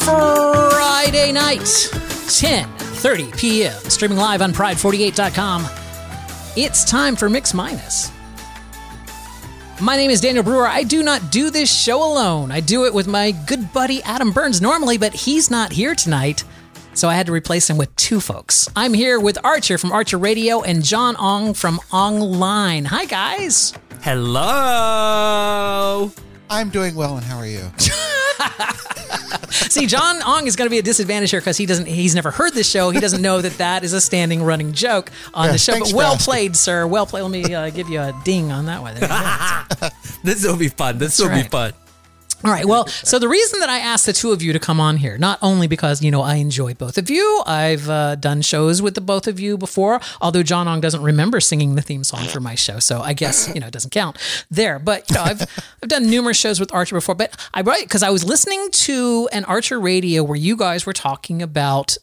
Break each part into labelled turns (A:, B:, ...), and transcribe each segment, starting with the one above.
A: Friday night, 10:30 p.m. Streaming live on pride48.com. It's time for Mix Minus. My name is Daniel Brewer. I do not do this show alone. I do it with my good buddy Adam Burns normally, but he's not here tonight. So I had to replace him with two folks. I'm here with Archer from Archer Radio and John Ong from Online. Hi guys.
B: Hello.
C: I'm doing well, and how are you?
A: See, John Ong is going to be a disadvantage here because he doesn't. He's never heard this show. He doesn't know that that is a standing running joke on
C: Yeah,
A: the show.
C: thanks
A: But
C: for
A: well
C: asking.
A: played, sir. Well played. Let me uh, give you a ding on that one. There you go.
B: This will be fun. This will be
A: right.
B: fun.
A: All right. Well, so the reason that I asked the two of you to come on here, not only because, you know, I enjoy both of you, I've uh, done shows with the both of you before, although John Ong doesn't remember singing the theme song for my show. So I guess, you know, it doesn't count there. But, you know, I've, I've done numerous shows with Archer before. But I brought it because I was listening to an Archer radio where you guys were talking about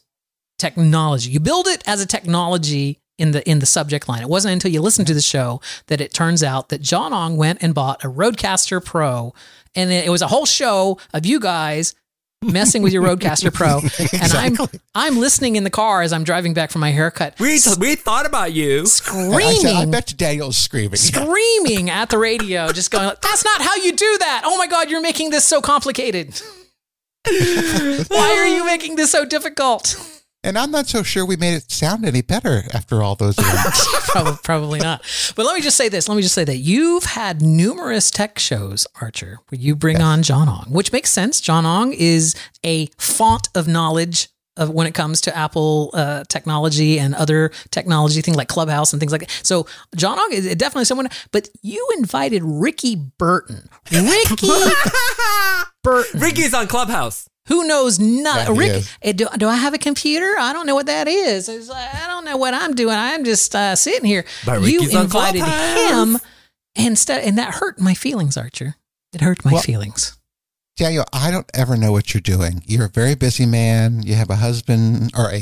A: technology. You build it as a technology in the in the subject line. It wasn't until you listened to the show that it turns out that John Ong went and bought a Roadcaster Pro, and it was a whole show of you guys messing with your Roadcaster Pro. And I'm I'm listening in the car as I'm driving back from my haircut,
B: We we thought about you.
C: I, I said, I
A: screaming.
C: bet you Daniel's screaming.
A: Screaming at the radio, just going, That's not how you do that. Oh my God, you're making this so complicated. Why are you making this so difficult?
C: And I'm not so sure we made it sound any better after all those years.
A: probably, probably not. But let me just say this. Let me just say that you've had numerous tech shows, Archer, where you bring on John Ong, which makes sense. John Ong is a font of knowledge of when it comes to Apple uh, technology and other technology things like Clubhouse and things like that. So John Ong is definitely someone. But you invited Ricky Burton. Ricky Burton
B: Ricky's on Clubhouse.
A: who knows
C: Yeah,
A: not
C: he
A: Rick?
C: is.
A: eh, Do, do I have a computer? I don't know what that is. It's like, I don't know what I'm doing. I'm just uh, sitting here.
B: But
A: you
B: Ricky's on
A: invited
B: Clubhouse.
A: him instead, and that hurt my feelings, Archer. It hurt my
C: Well-
A: feelings.
C: Daniel, I don't ever know what you're doing. You're a very busy man. You have a husband or a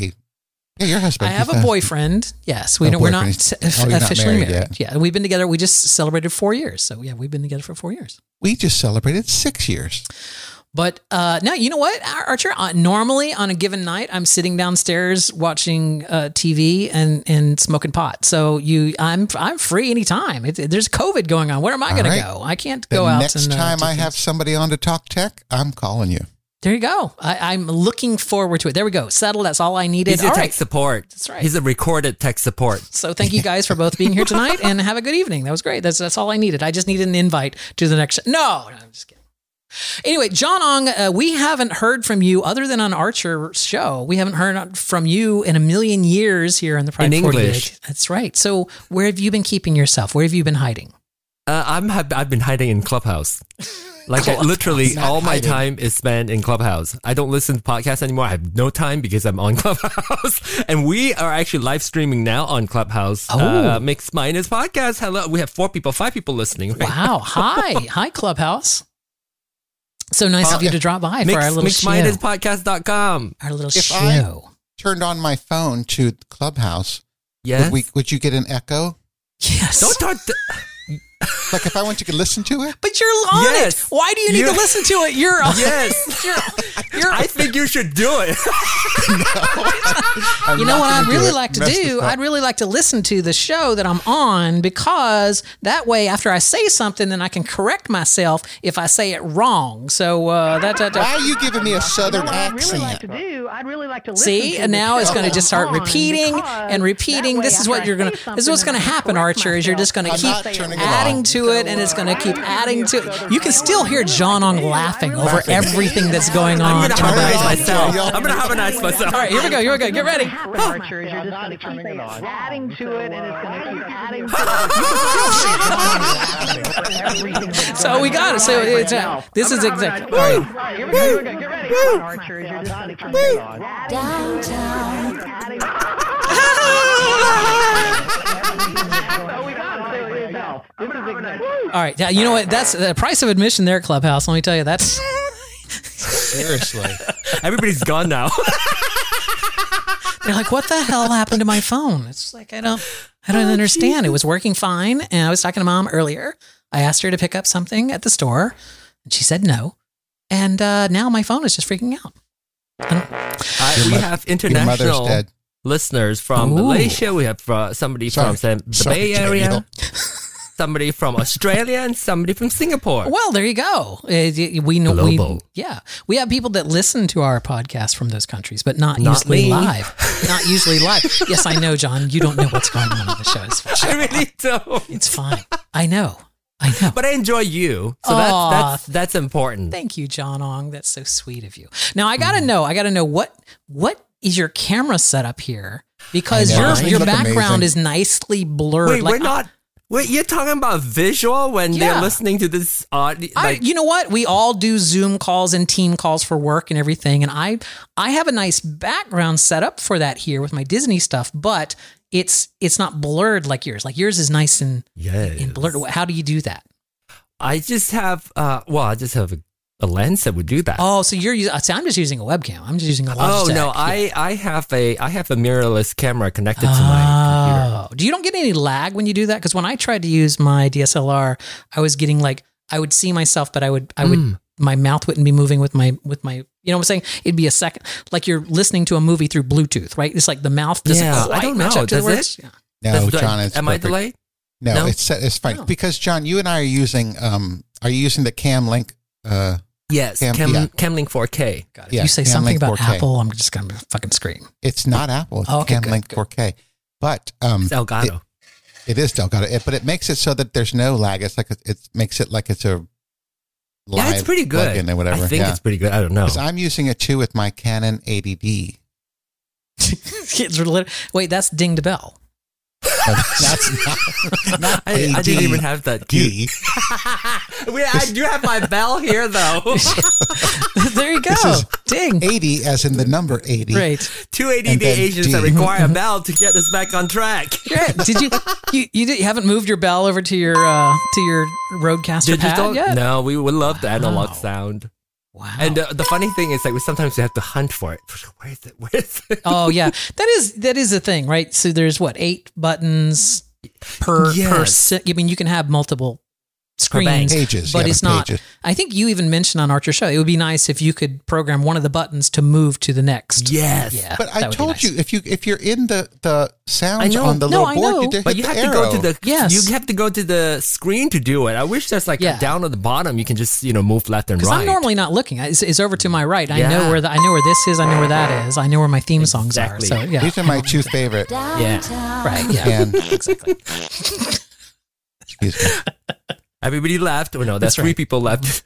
C: yeah, your husband.
A: I have
C: He's
A: a boyfriend. Yes, we
C: A
A: don't, we're not
C: boyfriend.
A: s-
C: Oh, you're not
A: officially
C: married
A: married. Yeah, we've been together. We just celebrated four years. So yeah, we've been together for four years.
C: We just celebrated six years.
A: But uh, no, you know what, Ar- Archer? Uh, normally on a given night, I'm sitting downstairs watching uh, TV and, and smoking pot. So you, I'm I'm free anytime. It, there's COVID going on. Where am I
C: All
A: going
C: right.
A: to go? I can't
C: The
A: go out.
C: next
A: and, uh,
C: time
A: do
C: I have
A: things.
C: somebody on to talk tech, I'm calling you.
A: there you go. I, I'm looking forward to it. There we go. Settled. That's all I needed.
B: He's a
A: All
B: tech
A: right.
B: support.
A: That's right.
B: He's a recorded tech support.
A: So thank you guys for both being here tonight, and have a good evening. That was great. That's that's all I needed. I just needed an invite to the next. No, no I'm just kidding. Anyway, John Ong, uh, we haven't heard from you other than on Archer show. We haven't heard from you in a million years here on the Pride
B: In
A: 48.
B: English.
A: That's right. So where have you been keeping yourself? Where have you been hiding?
B: Uh, I'm have, I've been hiding in Clubhouse. Like I- literally,
C: not
B: all my
C: hiding.
B: time is spent in Clubhouse. I don't listen to podcasts anymore. I have no time because I'm on Clubhouse, and we are actually live streaming now on Clubhouse.
A: Oh.
B: uh, Mix Minus podcast. Hello, we have four people, five people listening. Right?
A: Wow. Hi. Hi, Clubhouse. So nice of you to drop by for our little
B: Uh, Mix,
A: show.
B: mixminuspodcast.com.
A: our little
C: If
A: show.
C: I- Turned on my phone to Clubhouse.
B: Yes.
C: Would, we, would you get an echo?
A: yes.
B: don't talk. Th-
C: Like if I went to listen to it?
A: But you're on
B: Yes.
A: it. Why do you need
B: You-
A: to listen to it? You're on.
B: Yes.
A: you're, you're,
B: I think you should do it.
C: I'm
A: you know what
C: not gonna
A: I'd
C: do
A: really
C: it.
A: like to
C: Mess
A: do?
C: this up.
A: I'd really like to listen to the show that I'm on because that way, after I say something, then I can correct myself if I say it wrong. So uh, that, that,
C: Why
A: that.
C: are you giving me a southern accent?
D: do. I'd really like to
A: See, and now it's going to just start repeating and repeating. This is what you're going to. This is what's going to happen, Archer. Is you're just going to
C: I'm
A: keep
C: not turning it
A: adding adding to it and it's going to keep adding to it. You can still hear John on laughing over
C: Laughing.
A: everything that's going on.
B: I'm gonna
A: Turn
B: harmonize
A: back.
B: myself.
C: y'all.
B: I'm gonna harmonize myself.
A: All right, here we go. Here we go. Get ready.
D: Archer is you're just going to keep adding to it, and it's going to keep adding to it.
A: So we got it. So it's uh, this is exactly. All right.
D: Here we go, here we go, get ready. Come on, Archer is you're just going to keep adding to it. So we got it. So it's, uh, this is exactly-
A: All right. Yeah, you know what? That's the price of admission there, Clubhouse. Let me tell you, that's
C: Seriously.
B: Everybody's gone now.
A: they're like, what the hell happened to my phone? It's like I don't, I don't understand. It was working fine, and I was talking to mom earlier. I asked her to pick up something at the store, and she said no. And uh, now my phone is just freaking out.
B: Uh, we have
C: Your mother's
B: international
C: dead.
B: listeners from
A: Ooh.
B: Malaysia. We have uh, somebody from
C: Sorry.
B: Sam- the
C: Sorry,
B: Bay Area,
C: Daniel.
B: somebody from Australia, and somebody from Singapore.
A: Well, there you go. Uh, y- We know we
B: Global.
A: yeah we have people that listen to our podcast from those countries, but not,
B: Not
A: usually
B: me.
A: live. Not usually live. yes, I know, John. You don't know what's going on in the show. It's fine.
B: I really don't.
A: It's fine. I know. I know.
B: But I enjoy you, so
A: Aw.
B: that's that's that's important.
A: Thank you, John Ong. That's so sweet of you. Now I
C: Mm-hmm.
A: gotta know. I gotta know what what is your camera setup here because
C: I know.
A: your
C: Mine
A: your
C: look
A: background
C: amazing.
A: is nicely blurred.
B: Wait,
A: Like,
B: we're not. Wait, you're talking about visual when
A: Yeah.
B: they're listening to this audio.
A: I,
B: Like,
A: you know what? We all do Zoom calls and team calls for work and everything. And I I have a nice background set up for that here with my Disney stuff, but it's it's not blurred like yours. Like yours is nice and,
B: yes.
A: and blurred. How do you do that?
B: I just have. Uh, well, I just have a, a lens that would do that.
A: Oh, so you're using. See, I'm just using a webcam. I'm just using a.
B: Oh,
A: Logitech.
B: no, I I have a I have a mirrorless camera connected to my computer.
A: Oh, do you don't get any lag when you do that? Because when I tried to use my DSLR, I was getting like I would see myself, but I would I would
B: Hmm.
A: my mouth wouldn't be moving with my with my you know what I'm saying? It'd be a second like you're listening to a movie through Bluetooth, right? It's like the mouth doesn't
B: Yeah, I
A: quite
B: don't
A: match
B: know.
A: up to the
B: Does
A: words.
B: it?
A: Yeah.
C: No,
B: That's right.
C: Oh, John, it's
B: Am I
C: perfect.
B: delayed?
C: No,
B: No?
C: it's it's fine
A: No.
C: because John, you and I are using. Um, are you using the Cam Link? Uh,
B: Yes,
C: Cam-
B: Cam, Cam,
C: yeah.
B: Link 4K.
A: God, if
C: Yeah,
A: you say
C: yeah,
A: something
C: like
A: about
C: 4K.
A: Apple, I'm just gonna fucking scream.
C: it's not Apple. It's
A: Oh, okay,
C: Cam
A: good,
C: Link
A: good.
C: 4K, but um,
B: It's Elgato.
C: it is Delgado. It, but it makes it so that there's no lag. It's like a, it makes it like it's a live
B: yeah, it's pretty good.
C: plugin or whatever.
B: I think
C: yeah.
B: it's pretty good. I don't know.
C: 'Cause I'm using it too with my Canon 80D.
A: Kids are lit- Wait, that's ding the bell.
C: But that's not, not
B: I, I didn't even have that key.
C: D.
B: Wait, I do have my bell here though.
A: there you go.
C: is
A: ding.
C: 80 as in the number 80.
A: Right.
B: 280
C: And
B: d
C: then
B: agents
C: D.
B: that require a bell to get us back on track.
A: Yeah, Did you you you, did, you haven't moved your bell over to your uh, to your roadcaster pad yet?
B: No, we would love the analog
A: Wow.
B: sound.
A: Wow.
B: And uh, the funny thing is, like, we sometimes we have to hunt for it. Where is it? Where is it?
A: oh yeah, that is that is a thing, right? So there's what eight buttons per per.
B: Yes.
A: Se- I mean, you can have multiple
B: bank.
A: screens,
C: Pages,
A: but
C: yeah,
A: it's
C: the
A: not.
C: pages.
A: I think you even mentioned on Archer Show it would be nice if you could program one of the buttons to move to the next.
B: Yes.
A: Yeah,
C: But
A: that
C: I
A: would be
C: told
A: nice.
C: you if you if you're in the the
B: I
C: sounds
B: know.
C: on the
A: No,
C: little
A: I
C: board,
A: know.
C: you did
B: But
C: hit
B: you
C: the
B: have
C: arrow.
B: to go to the
A: Yes.
B: you have to go to the screen to do it. I wish there's like
A: Yeah.
B: down at the bottom you can just you know move left and
A: Because
B: right.
A: I'm normally not looking. I- It's, it's over to my right. I know
B: Yeah.
A: where the, I know where this is. I know where that is. I know where my theme songs
B: Exactly.
A: are. So yeah,
C: These are my two favorite.
B: yeah.
A: right. Yeah.
C: And
A: Exactly.
C: excuse me,
B: Everybody left. Oh no, that's
A: That's
B: three
A: right.
B: people left.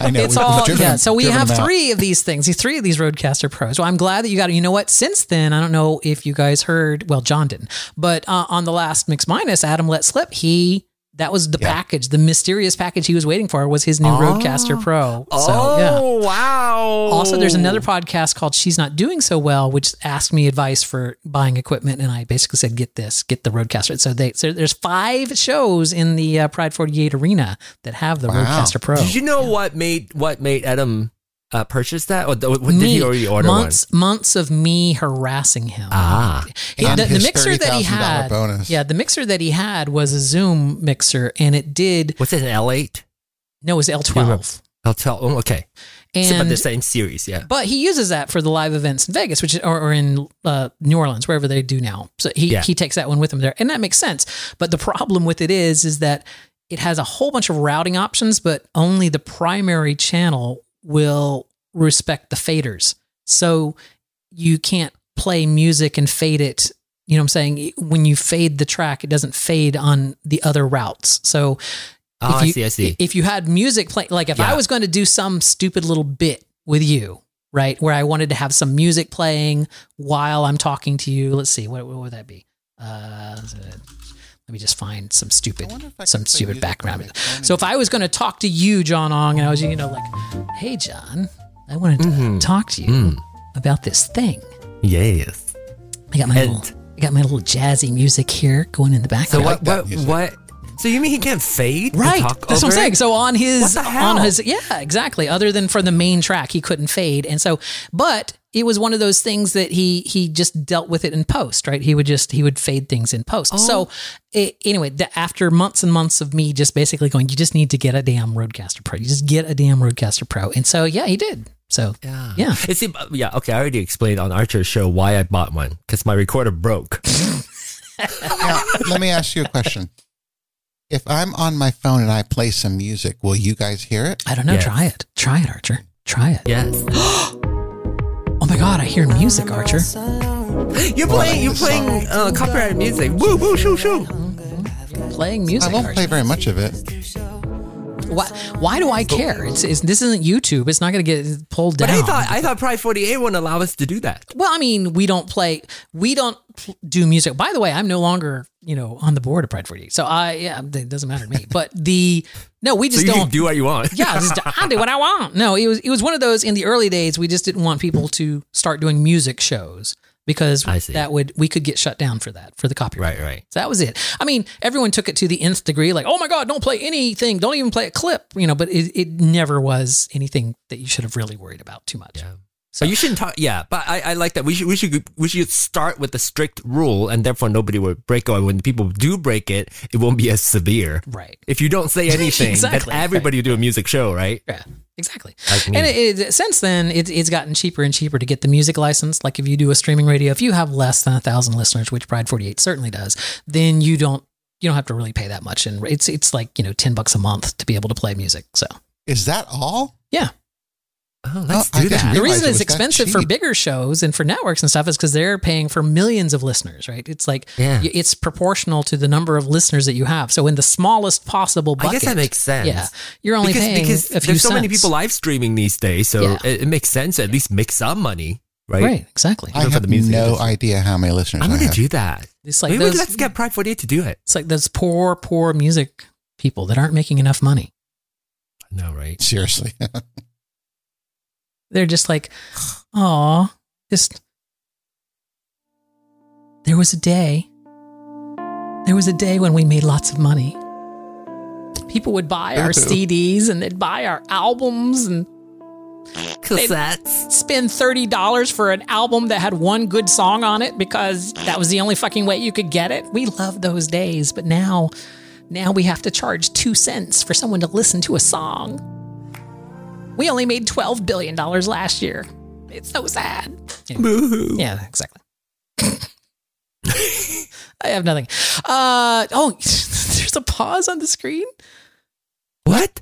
C: I know
A: it's
C: we've
A: all
C: driven-
A: yeah. So we
C: driven
A: have
C: them out.
A: three of these things. These three of these Roadcaster Pros. Well, I'm glad that you got it. You know what? Since then, I don't know if you guys heard. Well, John didn't, but uh, on the last Mix Minus, Adam let slip. He that was the
C: Yeah.
A: package, the mysterious package he was waiting for was his new
B: Oh.
A: Roadcaster Pro. So yeah.
B: oh wow.
A: Also, there's another podcast called She's Not Doing So Well, which asked me advice for buying equipment, and I basically said, "Get this, get the Roadcaster." So they so there's five shows in the uh, Pride 48 arena that have the
C: Wow.
A: Roadcaster Pro.
B: Did you know what made what made Adam uh, purchase that, or th- what, did
A: me-
B: he already order
A: months months of me harassing him.
B: one? Ah,
A: He-
C: And
A: the, the
C: his
A: mixer that he
C: $30,000
A: had,
C: bonus.
A: yeah, the mixer that he had was a Zoom mixer, and it did
B: what's it? An L eight?
A: no, it was L
B: remember?
A: twelve,
B: I'll tell. Oh, okay, so, but
A: and
B: the same series, yeah.
A: but he uses that for the live events in Vegas, which or, or in uh, New Orleans, wherever they do now. So he
B: Yeah.
A: he takes that one with him there, and that makes sense. But the problem with it is, is that it has a whole bunch of routing options, but only the primary channel will respect the faders. So you can't play music and fade it. You know what I'm saying? When you fade the track, it doesn't fade on the other routes. So
B: Oh,
A: if
B: I
A: you,
B: see, I see.
A: If you had music play, like if I
B: Yeah.
A: was going to do some stupid little bit with you, right, where I wanted to have some music playing while I'm talking to you. Let's see, what, what would that be? Uh, let me just find some stupid,
C: wonder if I
A: some
C: could play
A: stupid
C: music on
A: background.
C: my
A: music.
C: phone
A: So if I was going to talk to you, John Ong, and I was, you know, like, hey, John, I wanted to
B: Mm-hmm.
A: talk to you
B: Hmm.
A: about this thing.
B: Yes.
A: I got my
B: And-
A: little, I got my little jazzy music here going in the background.
B: So what?
C: that
B: What?
C: music.
B: What? So you mean he can't fade? and
A: Right.
B: talk
A: That's what I'm
B: over it?
A: saying. So on his
B: What the
A: on
B: hell?
A: his yeah, exactly. Other than for the main track, he couldn't fade. And so but it was one of those things that he he just dealt with it in post, right? He would just he would fade things in
B: Oh.
A: post. So it, anyway, the, after months and months of me just basically going, you just need to get a damn Roadcaster Pro. You just get a damn Roadcaster Pro. And so yeah, he did. So yeah. yeah.
B: It seemed, yeah, okay. I already explained on Archer's show why I bought one because my recorder broke.
C: Now, let me ask you a question. If I'm on my phone and I play some music, will you guys hear it?
A: I don't know.
B: Yeah.
A: Try it. Try it, Archer. Try it.
B: yes.
A: Oh my god, I hear music, Archer.
B: You're playing. You're playing uh, copyrighted music. Woo, woo, shoo, shoo.
A: Playing music.
C: I won't
A: Archer.
C: play very much of it.
A: Why, why do I care? It's, it's this isn't YouTube. It's not going to get pulled down.
B: But I thought I thought Pride 48 wouldn't allow us to do that.
A: well, I mean, we don't play. We don't pl- do music. By the way, I'm no longer you know on the board of Pride 48, so I yeah, it doesn't matter to me. But the no, we
B: So
A: just
B: you can
A: don't.
B: do what you want.
A: yeah, just, I do what I want. No, it was it was one of those in the early days. We just didn't want people to start doing music shows because
B: I see.
A: that would we could get shut down for that for the copyright.
B: Right. Right.
A: So that was it. I mean, everyone took it to the nth degree, like, oh my God, don't play anything. Don't even play a clip, you know, but it, it never was anything that you should have really worried about too much.
B: Yeah. So you shouldn't talk. Yeah, but I, I like that. We should we should we should start with a strict rule, and therefore nobody would break it. And when people do break it, it won't be as severe.
A: Right.
B: If you don't say anything,
A: Exactly,
B: that's everybody do a music show, right?
A: Yeah, exactly.
B: Like me.
A: and it, it, since then, it, it's gotten cheaper and cheaper to get the music license. Like if you do a streaming radio, if you have less than a thousand listeners, which Pride 48 certainly does, then you don't. You don't have to really pay that much, and it's it's like you know ten bucks a month to be able to play music. So
C: Is that all?
B: Oh, let's
C: Oh, I
B: do
C: didn't
B: that.
A: the
C: realize
A: reason
C: it
A: it's
C: was that
A: expensive for
C: cheap.
A: bigger shows and for networks and stuff is because they're paying for millions of listeners, right? It's like
B: Yeah.
A: y- it's proportional to the number of listeners that you have. So in the smallest possible bucket,
B: I guess that makes sense.
A: yeah, you're only
B: because,
A: paying
B: because
A: a few
B: there's so many
A: cents.
B: people live streaming these days, so
A: Yeah.
B: it, it makes sense to at least make some money, right?
A: right? exactly.
C: I
B: Even for
C: have
B: the music
C: no
B: industry.
C: idea how many listeners
B: I'm
C: I
B: gonna
C: have.
B: do that.
A: It's like
B: Maybe we-
A: those,
B: let's get Pride 48 to do it.
A: it's like those poor, poor music people that aren't making enough money.
B: No, right?
C: Seriously.
A: They're just like, aw, just there was a day. There was a day when we made lots of money. People would buy our
C: Boo.
A: CDs and they'd buy our albums and
B: Cassettes.
A: spend $30 for an album that had one good song on it because that was the only fucking way you could get it. We love those days, but now now we have to charge 2 cents for someone to listen to a song. We only made 12 billion dollars last year. It's so sad. Anyway. Yeah, exactly. I have nothing. Uh oh, there's a pause on the screen.
B: What?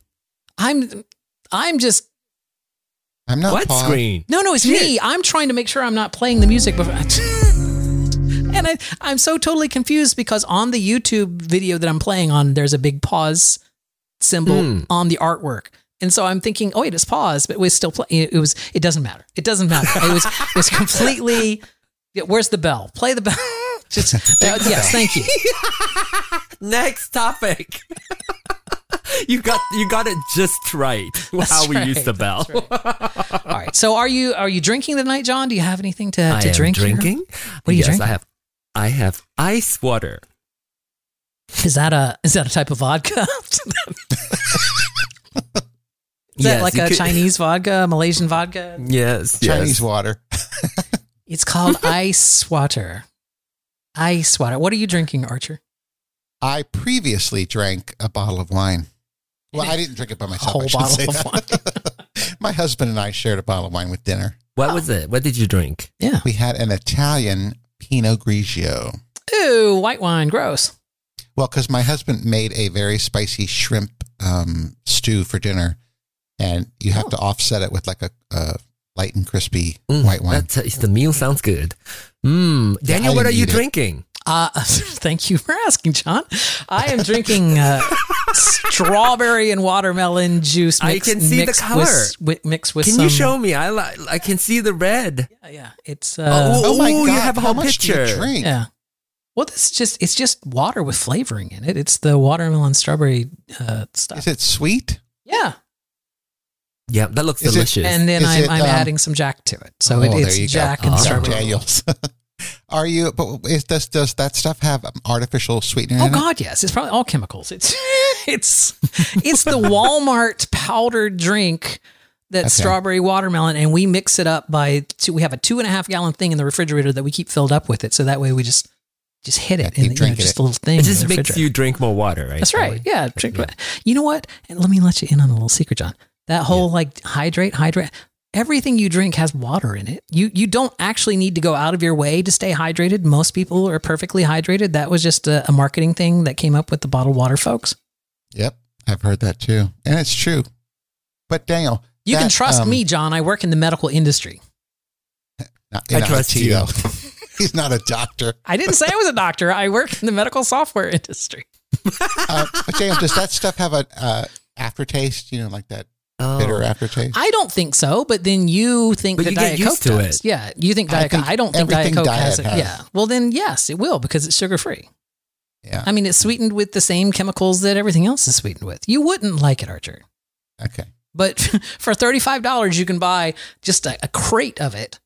A: I'm I'm just
C: I'm not
B: What
C: Paul.
B: screen?
A: No, no, it's me. I'm trying to make sure I'm not playing the music before. and I, I'm so totally confused because on the YouTube video that I'm playing on, there's a big pause symbol
B: Hmm.
A: on the artwork. And so I'm thinking, oh, wait, it's paused, but we're still playing. It was, it doesn't matter. It doesn't matter. It was, it was completely, yeah, where's the bell? Play the bell. Just, that- yes, thank you.
B: Next topic. you got you got it just right. how we
A: right,
B: use the bell.
A: that's All right. So are you, are you drinking tonight, John? Do you have anything to,
B: I
A: to
B: am
A: drink? here?
B: drinking.
A: What are you
B: yes,
A: drinking?
B: I have. I have ice water.
A: Is that a, is that a type of vodka? Is that
B: Yes,
A: like
B: you
A: a
B: could-
A: Chinese vodka, Malaysian vodka?
B: Yes, yes.
C: Chinese water.
A: It's called ice water. Ice water. What are you drinking, Archer?
C: I previously drank a bottle of wine. Well, I didn't drink it by
A: A
C: myself. I
A: whole
C: should say
A: bottle of
C: that.
A: wine.
C: My husband and I shared a bottle of wine with dinner.
B: What was it? What did you drink?
A: Yeah.
C: We had an Italian Pinot Grigio.
A: Ooh, white wine. Gross.
C: Well, because my husband made a very spicy
B: Oh.
C: shrimp um, stew for dinner, and you have to offset it with like a, a light and crispy white
B: Mm.
C: wine.
B: That's, it's- the meal sounds good. Mm. Daniel,
C: I
B: what are you
C: need it.
B: drinking?
A: Uh, thank you for asking, John. I am drinking uh, strawberry and watermelon juice.
B: I
A: mixed-
B: can see the
A: mixed
B: color.
A: With, with, mixed with
B: Can
A: some,
B: you show me? I li- I can see the red.
A: Yeah, yeah. it's uh,
B: ooh.
C: oh my
B: you
C: god!
B: have a
C: how
B: whole
C: much do you
B: picture.
C: drink?
A: yeah. Well, this is just it's just water with flavoring in it. It's the watermelon strawberry uh, stuff.
C: Is it sweet?
A: yeah,
B: Yeah, that looks
C: Is it-
B: delicious.
A: and then
C: Is
A: I'm,
C: it,
A: I'm
C: um,
A: adding some Jack to it, so
C: Oh,
A: it,
C: there
A: it's
C: you go.
A: Jack and
B: Ah.
C: Jack
A: strawberry.
C: Daniels. Are you? But is, does does that stuff have artificial sweetener?
A: Oh
C: in it?
A: God, yes. It's probably all chemicals. It's it's it's the Walmart powdered drink that's
C: Okay.
A: strawberry watermelon, and we mix it up by two, we have a two and a half gallon thing in the refrigerator that we keep filled up with it, so that way we just just hit it in the,
C: Yeah, keep
A: you know,
C: drinking
A: just
C: it.
A: a little thing.
B: it
A: in
B: just
A: the
B: makes
A: refrigerator.
B: you drink more water, right?
A: That's right. Yeah, drink. You know what? And let me let you in on a little secret, John. That whole like hydrate, hydrate. Everything you drink has water in it. You you don't actually need to go out of your way to stay hydrated. Most people are perfectly hydrated. That was just a, a marketing thing that came up with the bottled water folks.
C: Yep, I've heard that too, and it's true. But Daniel,
A: You can
C: that,
A: trust
C: um,
A: me, John. I work in the medical industry.
C: Not,
B: I
C: not
B: trust
C: IT,
B: you.
C: though. He's not a doctor.
A: I didn't say I was a doctor. I work in the medical software industry.
C: Uh, but Daniel, does that stuff have a uh, aftertaste? You know, like that
B: Oh.
C: bitter aftertaste.
A: I don't think so, but then you think
B: But
A: that
B: you get
A: Diet
B: used
A: Coke
B: to
A: does.
B: it.
A: Yeah, you think
C: I
A: Diet Coke.
C: think
A: I don't think Diet
C: everything
A: Coke
C: diet
A: has it.
C: has.
A: Yeah. Well, then yes, it will because it's sugar free.
C: yeah.
A: I mean, it's sweetened with the same chemicals that everything else is sweetened with. You wouldn't like it, Archer.
C: Okay.
A: But for $35, you can buy just a, a crate of it.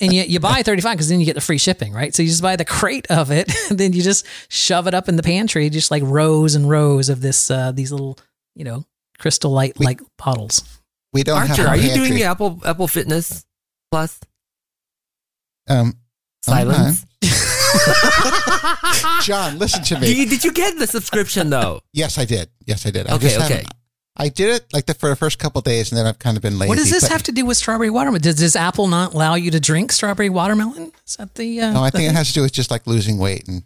A: and you, you buy 35 because then you get the free shipping, right? So you just buy the crate of it. And then you just shove it up in the pantry, just like rows and rows of this, uh, these little, you know, crystal light
C: We-
A: like bottles.
C: We don't have.
B: Archer,
C: a
B: are you
C: pantry.
B: doing the Apple Apple Fitness Plus
C: Um,
B: silence?
C: John, listen to
B: Do
C: me.
B: you, did you get the subscription though?
C: Yes, I did. Yes, I did. I
B: Okay, okay.
C: haven't- I did it like the, for the first couple days, and then I've kind of been lazy.
A: what does this
C: but-
A: have to do with strawberry watermelon? Does, does Apple not allow you to drink strawberry watermelon? Is that the. Uh,
C: No, I
A: the
C: think it
A: thing?
C: has to do with just like losing weight and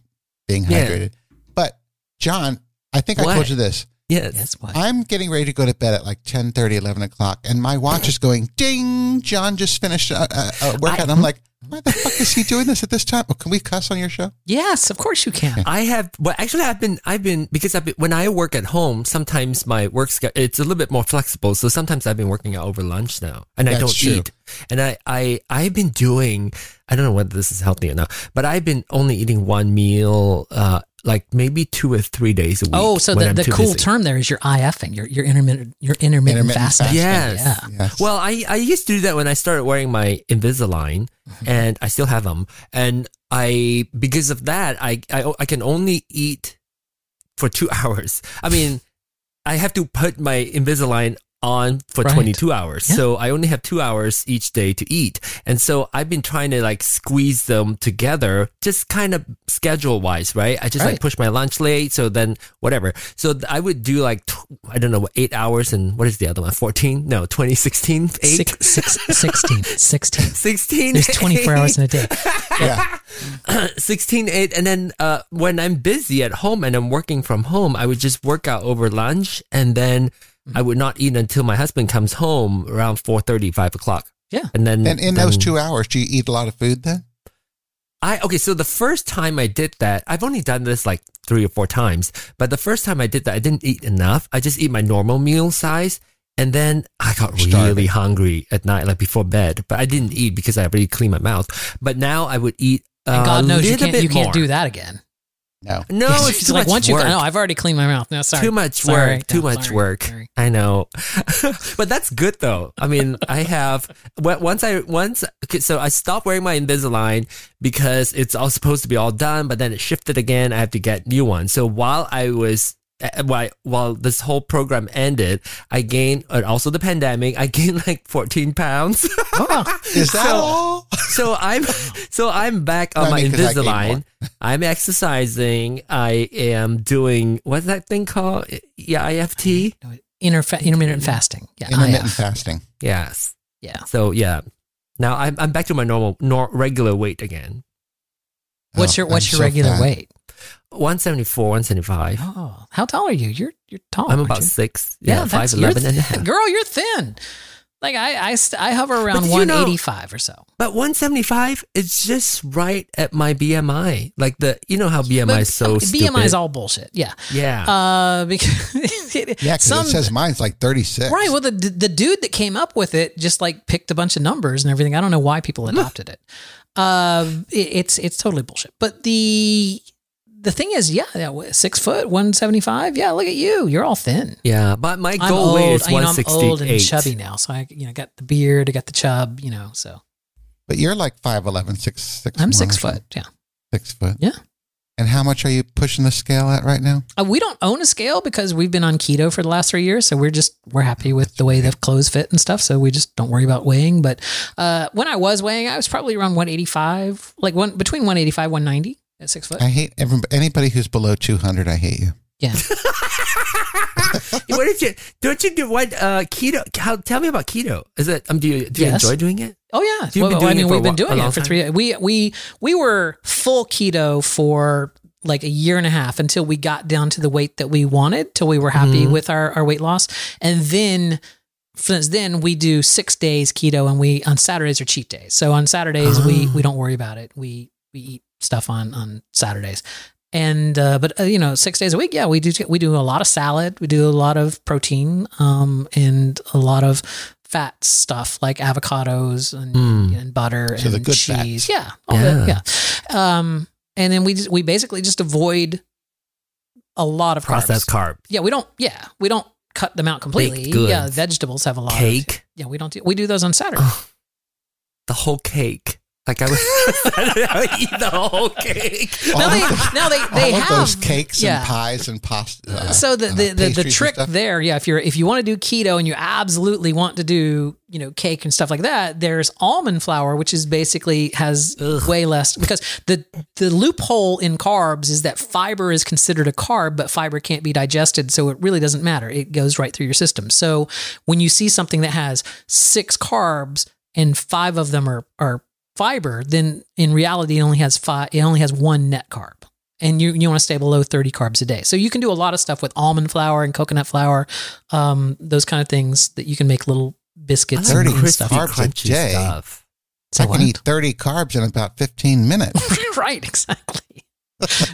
C: being
B: Yeah.
C: hydrated. But John, I think I
B: What?
C: told you this.
B: Yes.
A: Yes, what?
C: I'm getting ready to go to bed at like 10, 11 o'clock, and my watch is going ding. John just finished a, a, a workout. and I'm like, why the fuck is he doing this at this time? Oh, can we cuss on your show?
A: yes, of course you can.
B: I have. Well, actually, I've been. I've been because I've been, when I work at home. Sometimes my work sch- it's a little bit more flexible. So sometimes I've been working out over lunch now, and I
C: That's
B: don't
C: true.
B: eat. And I, I, I've been doing. I don't know whether this is healthy or not, but I've been only eating one meal, uh, like maybe two or three days a week.
A: Oh, so
B: when
A: the,
B: I'm
A: the
B: too
A: cool
B: busy.
A: term there is your IFing, your your intermittent your intermittent,
C: Intermittent
A: fasting.
C: fasting.
B: Yes.
A: Yeah.
C: Yes.
B: Well, I, I used to do that when I started wearing my Invisalign,
A: Mm-hmm.
B: and I still have them. And I because of that, I I, I can only eat for two hours. I mean, I have to put my Invisalign on for
A: Right.
B: 22 hours.
A: Yeah.
B: So I only have 2 hours each day to eat. And so I've been trying to like squeeze them together just kind of schedule wise, right? I just
A: Right.
B: like push my lunch late so then whatever. So th- I would do like tw- I don't know 8 hours and what is the other one? 14? No, 20, 16, 8.
A: Six, six, 16, 16.
B: 16
A: There's 24 hours in a day.
C: yeah.
B: 16 8 and then uh, when i'm busy at home and i'm working from home i would just work out over lunch and then
A: Mm-hmm.
B: i would not eat until my husband comes home around 4.30 5 o'clock
A: Yeah.
B: and then
C: And in those
B: then
C: two hours, do you eat a lot of food then?
B: i okay so the first time i did that i've only done this like three or four times but the first time i did that i didn't eat enough i just eat my normal meal size and then I got really
C: Starving.
B: hungry at night, like before bed, but I didn't eat because I already cleaned my mouth. But now I would eat. Uh,
A: And God knows you can't you can't
B: more.
A: do that again.
C: No.
B: No, it's, too
A: like
B: much
A: once
B: work.
A: you no, I've already cleaned my mouth. No, sorry.
B: Too much
A: Sorry.
B: work.
A: No,
B: Too much
A: sorry.
B: work.
A: Sorry.
B: I know, but that's good though. I mean, I have wh- once I once okay, so I stopped wearing my Invisalign because it's all supposed to be all done, but then it shifted again. I have to get new ones. So while I was uh, while while this whole program ended, I gained and also the pandemic. I gained like fourteen pounds.
C: Oh, Is that
B: So-
C: all?
A: oh,
B: so I'm so I'm back on
C: I
B: my
C: mean, 'cause I gained
B: Invisalign.
C: more.
B: I'm exercising. I am doing what's that thing called? Yeah, IFT.
A: No, interfa- intermittent fasting. Yeah.
C: Intermittent
A: IF.
C: fasting.
B: Yes.
A: Yeah.
B: So yeah. Now I'm I'm back to my normal nor, regular weight again.
A: What's your
C: Oh,
A: what's
C: I'm
A: your
C: so
A: regular
C: fat.
A: weight?
B: 174, 175.
A: Oh, how tall are you? You're you're tall.
B: I'm
A: Oh, aren't
B: about
A: you?
B: 6. Yeah,
A: that's-
B: 5'11
A: you're
B: and a
A: thin.
B: half.
A: Girl, you're thin. Like I I, st- I hover around
B: did you know-
A: 185 or so.
B: But 175 is just right at my BMI. Like the, you know how BMI is so stupid. Ah.
A: BMI is all bullshit. Yeah.
B: Yeah.
A: Uh, because
C: Yeah, because it says mine's like 36.
A: Right. Well, the the dude that came up with it just like picked a bunch of numbers and everything. I don't know why people adopted it. Uh, it- it's it's totally bullshit. But the the thing is, yeah, yeah, wha- six foot, one seventy five. Yeah, look at you. You're all thin.
B: yeah. But my
A: I'm
B: goal
A: old.
B: weight is
A: you know, I'm
B: 168.
A: old and chubby now. So I, you know, got the beard, I got the chub. You know, so
C: But you're like 5'11, 6, 6
A: I'm six foot. Yeah.
C: Six foot.
A: Yeah.
C: And how much are you pushing the scale at right now?
A: Uh, we don't own a scale because we've been on keto for the last three years, so we're just we're happy with the way the clothes fit and stuff. So we just don't worry about weighing. But uh, when I was weighing, I was probably around one eighty five, like one between one eighty five one ninety at six foot.
C: I hate every, anybody who's below 200. I hate you.
A: Yeah,
B: what did you, don't you do what, uh, keto? How, tell me about keto. Is it, um, do you, do you
A: Yes.
B: enjoy doing it?
A: oh yeah.
B: You've been
A: I
B: doing
A: mean,
B: it for
A: we've
B: a
A: been
B: wh-
A: doing
B: a long
A: it for three. We we we were full keto for like a year and a half until we got down to the weight that we wanted, till we were happy
B: Mhm.
A: with our our weight loss, and then. Since then, we do six days keto, and we on Saturdays are cheat days. So on Saturdays, we
B: Ah.
A: we don't worry about it. We we eat stuff on on Saturdays, and uh, but uh, you know, six days a week, yeah, we do we do a lot of salad, we do a lot of protein, um, and a lot of fat stuff like avocados and,
B: Mm.
A: and butter
C: So
A: and
C: the good
A: cheese,
C: fats.
A: yeah, all yeah. yeah. Um, and then we just, we basically just avoid a lot of
B: Processed
A: carbs.
B: carb.
A: Yeah, we don't. Yeah, we don't cut them out completely.
B: Baked goods.
A: Yeah, vegetables have a lot. of-
B: Cake.
A: yeah, we don't do. We do those on Saturday.
B: The whole cake. Like I would, I would eat the whole cake.
A: now
C: All
A: they,
C: of the-
A: now they, they
C: all
A: have
C: of those cakes
A: yeah.
C: and pies and pasta. uh,
A: so the
C: and, uh,
A: the, the, the
C: pastries and
A: trick
C: stuff.
A: there, yeah, if you're if you want to do keto and you absolutely want to do you know cake and stuff like that, there's almond flour, which is basically has
B: Ugh.
A: way less because the the loophole in carbs is that fiber is considered a carb, but fiber can't be digested, so it really doesn't matter. It goes right through your system. So when you see something that has six carbs and five of them are are fiber, then in reality it only has five. It only has one net carb and you you want to stay below 30 carbs a day. So you can do a lot of stuff with almond flour and coconut flour, um, those kind of things that you can make little biscuits
C: I like
A: and, and
C: crispy
A: stuff.
C: carbs a day.
A: So
C: I can
A: what?
C: eat 30 carbs in about 15 minutes.
A: right, exactly.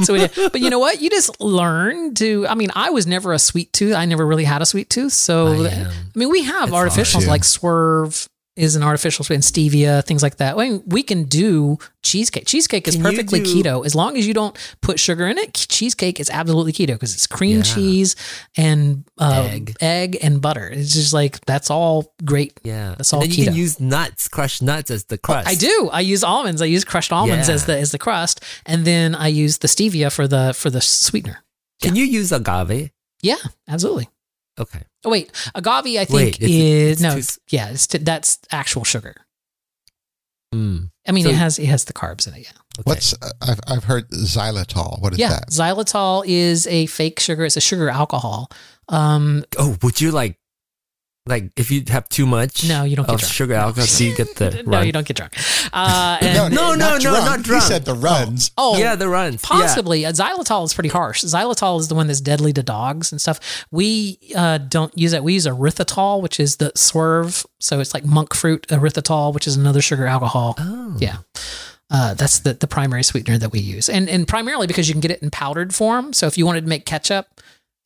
A: so we did. but you know what? You just learn to. I mean, I was never a sweet tooth. I never really had a sweet tooth. So
B: I
A: I,
B: am.
A: mean, we have
B: It's hard.
A: artificials
C: Yeah.
A: like Swerve is an artificial sweet and stevia, things like that. I mean, we can do cheesecake. Cheesecake is
B: Can you
A: perfectly
B: do-
A: keto as long as you don't put sugar in it. Cheesecake is absolutely keto because it's cream
B: Yeah.
A: cheese and uh,
B: Egg.
A: egg. and butter. It's just like that's all great.
B: Yeah,
A: That's
B: And
A: all
B: then you can
A: keto.
B: use nuts, crushed nuts as the crust.
A: I do. I use almonds. I use crushed almonds
B: Yeah.
A: as the as the crust, and then I use the stevia for the for the sweetener.
B: Can you use agave?
A: Yeah, absolutely.
B: Okay.
A: Oh wait, agave I think
B: Wait, it's-
A: is
B: it's
A: no,
B: too-
A: it's- yeah, it's t- that's actual sugar.
B: Mm,
A: I mean,
B: So-
A: it has it has the carbs in it. Yeah,
B: okay.
C: What's, uh, I've, I've heard xylitol. What is
A: yeah.
C: that?
A: Xylitol is a fake sugar. It's a sugar alcohol. Um,
B: oh? Would you like like if you have too much?
A: No, you don't get
B: of
A: drunk.
B: sugar alcohol. so you get the
A: no,
B: run?
A: you don't get drunk. Uh, and-
B: No, no, no, no, not drunk.
C: He said the runs.
A: Oh,
B: yeah, the runs.
A: Possibly. Uh, Xylitol is pretty harsh. Xylitol is the one that's deadly to dogs and stuff. We uh, don't use that. We use erythritol, which is the swerve. So it's like monk fruit erythritol, which is another sugar alcohol.
B: Yeah. Oh.
A: Yeah. Uh, that's the, the primary sweetener that we use. And, and primarily because you can get it in powdered form. So if you wanted to make ketchup,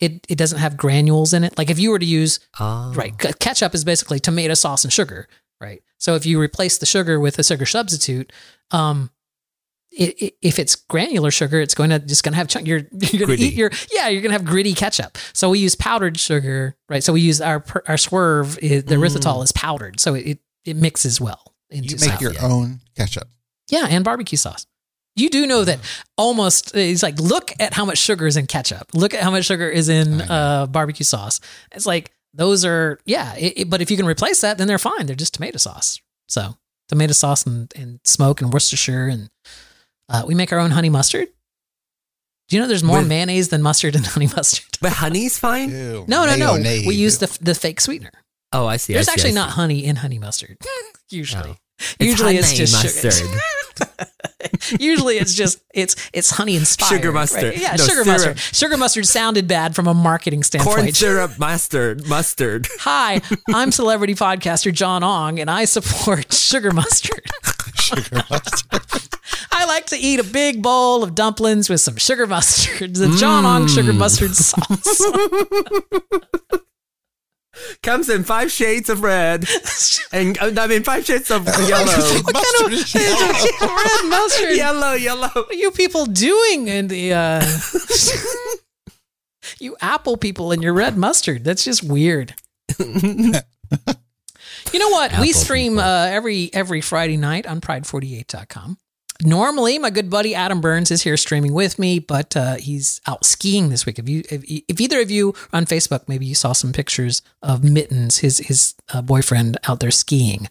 A: it, it doesn't have granules in it. Like if you were to use
B: Oh.
A: Right. Ke- Ketchup is basically tomato sauce and sugar, right? So if you replace the sugar with a sugar substitute, um, i i if it's granular sugar, it's going to just going to have chunk. You're, you're going to
B: Gritty.
A: eat your yeah. You're going to have gritty ketchup. So we use powdered sugar, right? So we use our per- our swerve. i the
B: Mm.
A: erythritol is powdered, so it, it it mixes well into
C: You
A: stuff.
C: make your
B: yeah.
C: own ketchup.
A: yeah, and barbecue sauce. You do know that almost it's like look at how much sugar is in ketchup. Look at how much sugar is in
C: I know.
A: uh, barbecue sauce. It's like those are yeah. It, it- but if you can replace that, then they're fine. They're just tomato sauce. So tomato sauce and, and smoke and Worcestershire and uh, we make our own honey mustard. Do you know there's more
B: With-
A: mayonnaise than mustard and honey mustard?
B: But honey's fine.
C: Ew,
A: No, no, no.
C: mayonnaise.
A: We use the the fake sweetener.
B: Oh, I see. I
A: There's
B: see, I
A: actually
B: see.
A: not honey in honey mustard usually. Usually it's
B: Oh. honey
A: just
B: mustard.
A: sugar. Usually it's just it's it's honey inspired.
B: Sugar
A: right?
B: mustard.
A: Yeah,
B: No,
A: sugar
B: syrup.
A: mustard. Sugar mustard sounded bad from a marketing standpoint.
B: Corn syrup mustard. Mustard.
A: Hi, I'm celebrity podcaster John Ong, and I support sugar mustard.
C: Sugar mustard.
A: I like to eat a big bowl of dumplings with some sugar mustard, the John Ong sugar
B: Mm.
A: mustard sauce.
B: Comes in five shades of red. And I mean five shades of yellow.
C: mustard is yellow.
A: Red mustard.
B: yellow, yellow.
A: What are you people doing in the uh you apple people and your red mustard that's just weird you know what we
B: Apple
A: stream
B: people.
A: uh, every every friday night on pride48.com normally my good buddy adam burns is here streaming with me but uh, he's out skiing this week if you if, if either of you are on facebook maybe you saw some pictures of mittens his his uh, boyfriend out there skiing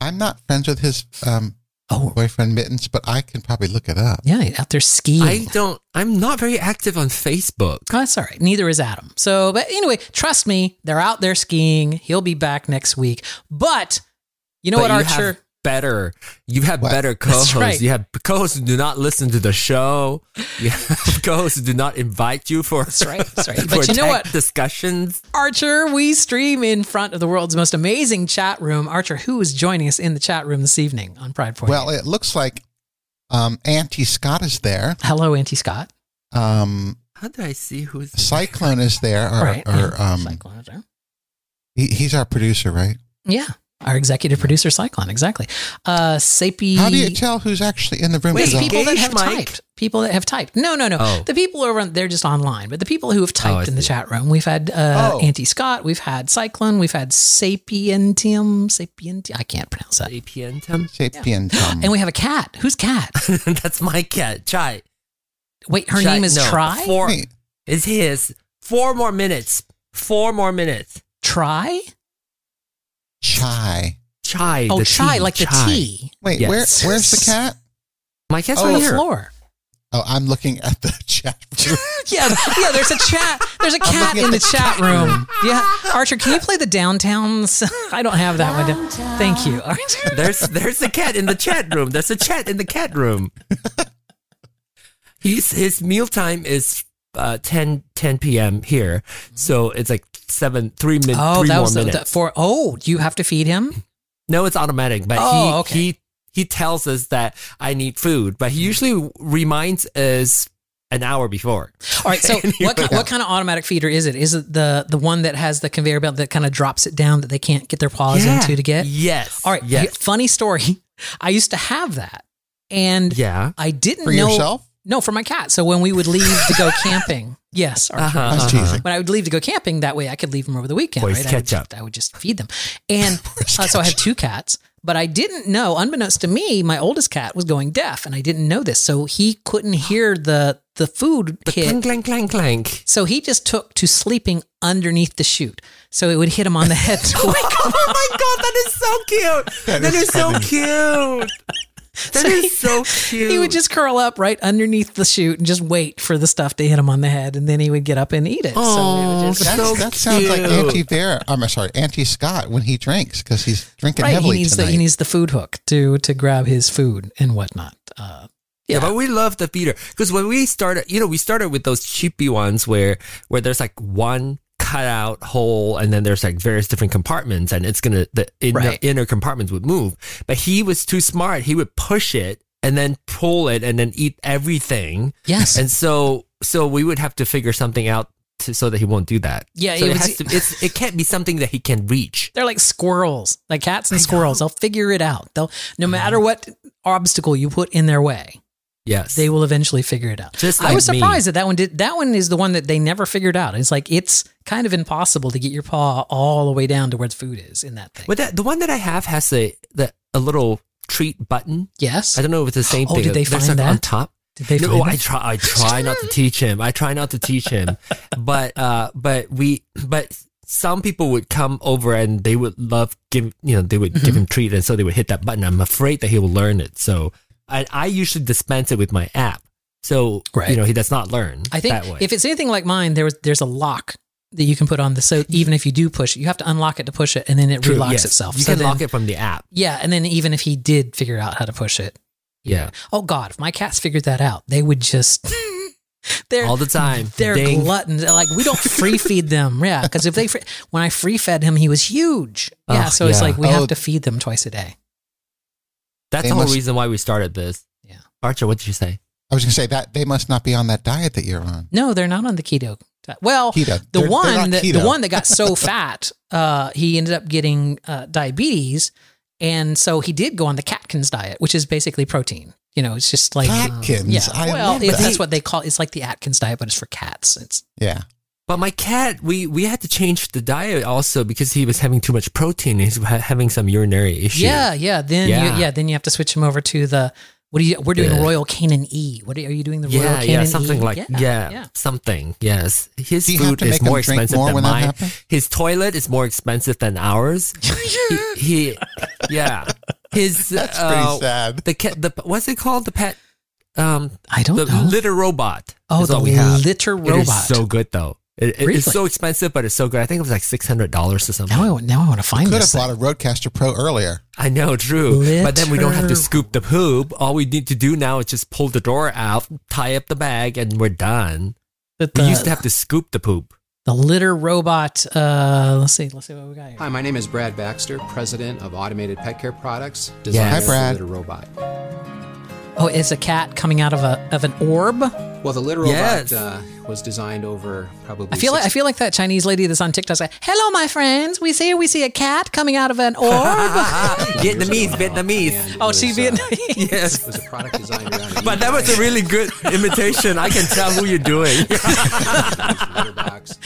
C: I'm not friends with his um,
A: oh
C: boyfriend Mittens, but I can probably look it up.
A: yeah out there skiing
B: I don't. I'm not very active on Facebook.
A: Oh, that's all right. Neither is Adam. So, but anyway, trust me, they're out there skiing. He'll be back next week. But you know
B: But
A: what,
B: you have
A: Archer?
B: better. You have
C: What?
B: better
A: That's
B: co-hosts.
A: right.
B: You have co-hosts who do not listen to the show. You have co-hosts who do not invite you for.
A: That's right. That's right.
B: for
A: But you know
B: tech
A: what?
B: Discussions.
A: Archer, we stream in front of the world's most amazing chat room. Archer, who is joining us in the chat room this evening on Pride Point?
C: Well, it looks like um, Auntie Scott is there.
A: hello, Auntie Scott.
C: Um,
B: How do I see who's?
C: Cyclone is there. Or,
A: right.
C: or
A: yeah,
C: um,
A: Cyclone is there.
C: he, he's our producer, right?
A: yeah. Our executive producer, Cyclone. Exactly. Uh, Sapie.
C: How do you tell who's actually in the room?
B: Wait,
A: It's
C: Because
B: Is it
A: people that
B: engaged,
A: have
B: Mike?
A: typed. People that have typed. No, no, no.
B: Oh.
A: The people are on- they're just online, but the people who have typed
B: I
A: in the
B: see.
A: chat room. We've had uh,
C: Oh.
A: Auntie Scott. We've had Cyclone. We've had Sapientium. Sapientium. I can't pronounce that.
B: Sapientum.
C: Sapien Tom.
A: And we have a cat. Who's cat?
B: That's my cat. Chai.
A: Wait, her
B: Chai-
A: name is
B: no,
A: Try.
B: Four
C: Wait.
B: is his. Four more minutes. Four more minutes.
A: Try.
C: Chai.
B: Chai.
A: Oh,
B: the
A: Try,
B: tea.
A: like the
B: Chai.
A: tea
C: Wait,
B: Yes.
C: where, where's the cat?
B: My cat's
C: Oh,
A: on
B: right
A: the
B: here.
A: floor.
C: Oh, I'm looking at the chat. room.
A: Yeah, yeah. There's a chat. There's a
C: I'm
A: cat
C: looking at
A: in the,
C: the
A: chat room. Yeah, Archer, can you play the downtowns? I don't have that one. down. Thank you, Archer.
B: There's there's a cat in the chat room. There's a chat in the cat room. He's his meal time is uh 10 10 p.m. here. So it's like seven three minutes
A: Oh,
B: three
A: that
B: more
A: was the,
B: minutes.
A: the for. Oh, you have to feed him.
B: no, it's automatic, but he
A: Oh, okay.
B: he he tells us that I need food, but he usually reminds us an hour before.
A: All right. So what kind, what kind of automatic feeder is it? Is it the the one that has the conveyor belt that kind of drops it down that they can't get their paws into to get?
B: Yes.
A: All right.
B: Yes.
A: Funny story. I used to have that, and
B: Yeah.
A: I didn't
C: For
A: know.
C: yourself?
A: No, for my cat. So when we would leave to go camping, yes, Archer.
B: Uh-huh,
C: That's
B: uh-huh.
C: cheesy.
A: when I would leave to go camping, that way I could leave them over the weekend.
B: Boys
A: right? I, would
B: catch up.
A: just, I would just feed them. And uh, so I had two cats, but I didn't know, unbeknownst to me, my oldest cat was going deaf and I didn't know this. So he couldn't hear the, the food
B: The
A: hit.
B: clank clank clank clank.
A: So he just took to sleeping underneath the chute. So it would hit him on the head. to
B: Oh
A: wake
B: my
A: up.
B: god, oh my god, that is so cute.
C: That
B: that
C: is
B: is, so
C: funny.
B: cute. That is
A: So he-
B: so cute.
A: He would just curl up right underneath the chute and just wait for the stuff to hit him on the head. And then he would get up and eat it. so it
B: Oh,
A: was just,
C: That's,
B: So
C: that sounds like
B: cute.
C: Auntie Bear. I'm sorry, Auntie Scott when he drinks because he's drinking
A: right. He
C: heavily
A: needs, the,
C: tonight.
A: he needs the food hook to, to grab his food and whatnot. Uh,
B: Yeah, but we love the feeder because when we started, you know, we started with those cheapy ones where where there's like one cutout hole, and then there's like various different compartments, and it's gonna the inner,
A: Right.
B: inner compartments would move. But he was too smart; he would push it and then pull it and then eat everything.
A: yes.
B: And so, so we would have to figure something out to, so that he won't do that.
A: Yeah,
B: so
A: it
B: it,
A: was-
B: has to, it's, it can't be something that he can reach.
A: They're like squirrels, like cats and squirrels. They'll figure it out. They'll no matter what obstacle you put in their way,
B: Yes,
A: they will eventually figure it out.
B: Just
A: I was
B: like me.
A: surprised that that one did. That one is the one that they never figured out. It's like it's kind of impossible to get your paw all the way down to where the food is in that thing.
B: But that, the one that I have has a the, a little treat button.
A: yes,
B: I don't know if it's the same
A: Oh,
B: thing.
A: did they
B: There's
A: find
B: something on
A: that?
B: top?
A: did they?
B: no,
A: find
B: I
A: it?
B: try. I try not to teach him. I try not to teach him. but uh, but we but some people would come over and they would love give you know they would give
A: Mm-hmm.
B: him treat and so they would hit that button. I'm afraid that he will learn it. So I I usually dispense it with my app. So
A: Right.
B: you know he does not learn
A: I
B: that way.
A: think if it's anything like mine, there was there's a lock that you can put on the so even if you do push it, you have to unlock it to push it, and then it
B: True,
A: relocks
B: yes.
A: itself.
B: You
A: so
B: can
A: then,
B: lock it from the app.
A: Yeah, and then even if he did figure out how to push it,
B: Yeah.
A: oh god, if my cats figured that out, they would just they're
B: All the time.
A: they're
B: Ding.
A: gluttons. Like we don't free feed them. Yeah, because if they fr- when I free fed him, he was huge. Yeah,
B: Oh,
A: so it's
B: yeah.
A: like we
C: Oh.
A: have to feed them twice a day.
B: That's
C: They
B: the whole
C: must-
B: reason why we started this.
A: Yeah.
B: Archer, what did you say?
C: I was going to say that they must not be on that diet that you're on.
A: No, they're not on the keto. di- Well, the
C: Keto. They're- they're
A: one
C: not
A: that
C: keto.
A: the one that got so fat, uh, he ended up getting uh, diabetes, and so he did go on the Catkins diet, which is basically protein. You know, it's just like
C: Atkins.
A: yeah.
C: I
A: well,
C: love
A: it-
C: that.
A: that's what they call it's like the Atkins diet, but it's for cats. It's
C: Yeah.
B: But my cat, we, we had to change the diet also because he was having too much protein. He's ha- having some urinary issue.
A: yeah, yeah. Then
B: Yeah.
A: You, yeah, then you have to switch him over to the. What do you? We're doing
B: Yeah.
A: Royal Canin E. What are, are you doing? The Royal
B: Yeah,
A: Canin
B: yeah,
A: E?
B: something like yeah,
A: yeah.
B: something. Yes, his
C: Do you have
B: food
C: to
B: is
C: make him
B: more
C: drink
B: expensive
C: more
B: than
C: when that
B: mine.
C: happens?
B: His toilet is more expensive than ours. he, he- yeah, his
C: That's
B: uh,
C: pretty sad.
B: The cat, the what's it called? The pet, um,
A: I don't
B: the
A: know.
B: litter robot.
A: oh,
B: is
A: the
B: what we have.
A: litter
B: It
A: robot.
B: is so good though. It, it-
A: Really?
B: It's so expensive, but it's so good. I think it was like six hundred dollars or something.
A: now I want. Now I want to find
C: Could have
A: this. thing.
C: bought a Roadcaster Pro earlier.
B: I know, true. But then we don't have to
A: Litter-
B: scoop the poop. All we need to do now is just pull the door out, tie up the bag, and we're done.
A: But
B: We
A: the-
B: used to have to scoop the poop.
A: the litter robot. Uh, let's see. Let's see what we got here.
E: Hi, my name is Brad Baxter, president of Automated Pet Care Products,
B: Hi,
E: designer
C: Brad.
E: of the Litter Robot.
A: Oh, it's a cat coming out of a of an orb.
E: Well, the Litter
B: Yes.
E: Robot uh, was designed over probably.
A: I feel like I feel like that Chinese lady that's on TikTok. Like, Hello, my friends. We see we see a cat coming out of an orb.
B: Vietnamese, Vietnamese.
A: oh, she Vietnamese.
E: It uh, was a product designed around. a
B: But that was a really good imitation. I can tell who you're doing.
E: litter box.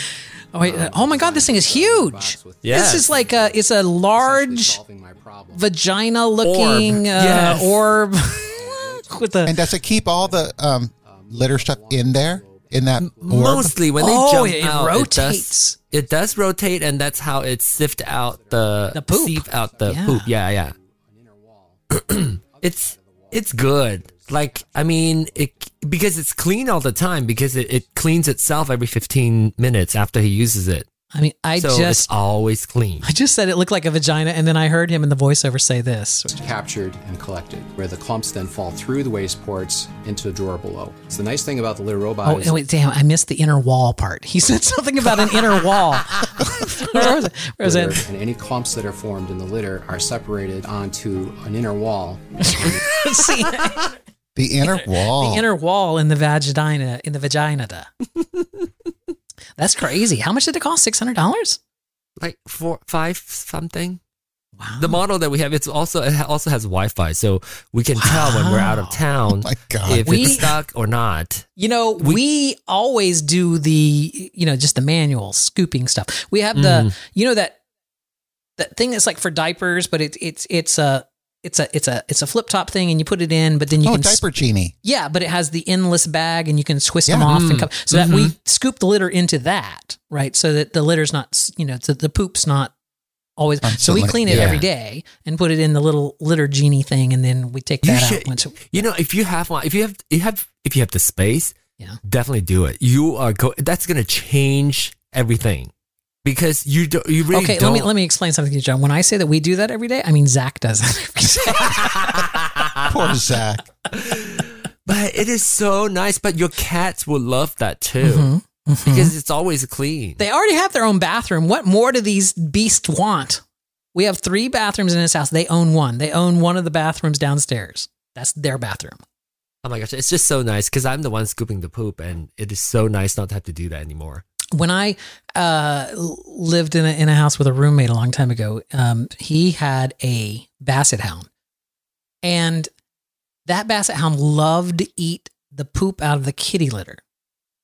A: Oh, wait, uh, oh my God, this thing is huge.
B: Yes.
A: This is like a it's a large
E: Solving my problem.
A: vagina looking Uh,
B: Orb. Yes.
A: orb with a
C: And does it keep all the um, litter stuff in there? In that orb?
B: Mostly when they
A: Oh,
B: jump
A: it
B: out,
A: rotates.
B: It does, it does rotate, and that's how it sift out the,
A: The poop.
B: Sieve out the
A: Yeah.
B: poop. Yeah, yeah. it's it's good. Like I mean, it because it's clean all the time because it, it cleans itself every 15 minutes after he uses it.
A: I mean, I
B: so it's
A: just
B: always clean.
A: I just said it looked like a vagina, and then I heard him in the voiceover say this.
E: captured and collected, where the clumps then fall through the waste ports into a drawer below. So the nice thing about the Litter Robot
A: Oh,
E: is
A: and wait, damn, I missed the inner wall part. He said something about an inner wall. Where was it? Where was
E: litter,
A: it?
E: and any clumps that are formed in the litter are separated onto an inner wall.
A: See,
C: The inner wall.
B: Oh.
A: the inner wall in the vagina, in the vagina. That's crazy. How much did it cost? $600?
B: like four, five something.
A: Wow.
B: The model that we have, it's also it ha- also has Wi-Fi, so we can tell when we're out of town
C: Oh my God.
B: if
A: Oh We-
B: it's stuck or not.
A: You know, we, always do the you know just the manual scooping stuff. We have the you know that that thing that's like for diapers, but it's it's it's a it's a it's a it's a flip top thing, and you put it in, but then you
C: oh,
A: can s-
C: diaper genie.
A: yeah, but it has the endless bag, and you can twist them
C: Yeah.
A: off and come so that we scoop the litter into that right, so that the litter's not s- you know so the poop's not always. So
C: Constantly,
A: we clean it
B: yeah.
A: every day and put it in the little litter genie thing, and then we take
B: You
A: that out
B: should-
A: once. It,
B: You know, if you have one, if you have, you have, if you have the space,
A: Yeah.
B: definitely do it. You are go. That's gonna change everything because you don't. You really
A: okay,
B: don't.
A: let me let me explain something to you, John. When I say that we do that every day, I mean Zach does that every day.
C: Poor Zach.
B: But it is so nice. But your cats will love that too
A: Mhm.
B: because it's always clean.
A: They already have their own bathroom. What more do these beasts want? We have three bathrooms in this house. They own one. They own one of the bathrooms downstairs. That's their bathroom.
B: oh my gosh, it's just so nice because I'm the one scooping the poop, and it is so nice not to have to do that anymore.
A: When I uh, l- lived in a, in a house with a roommate a long time ago, um, he had a basset hound, and that basset hound loved to eat the poop out of the kitty litter.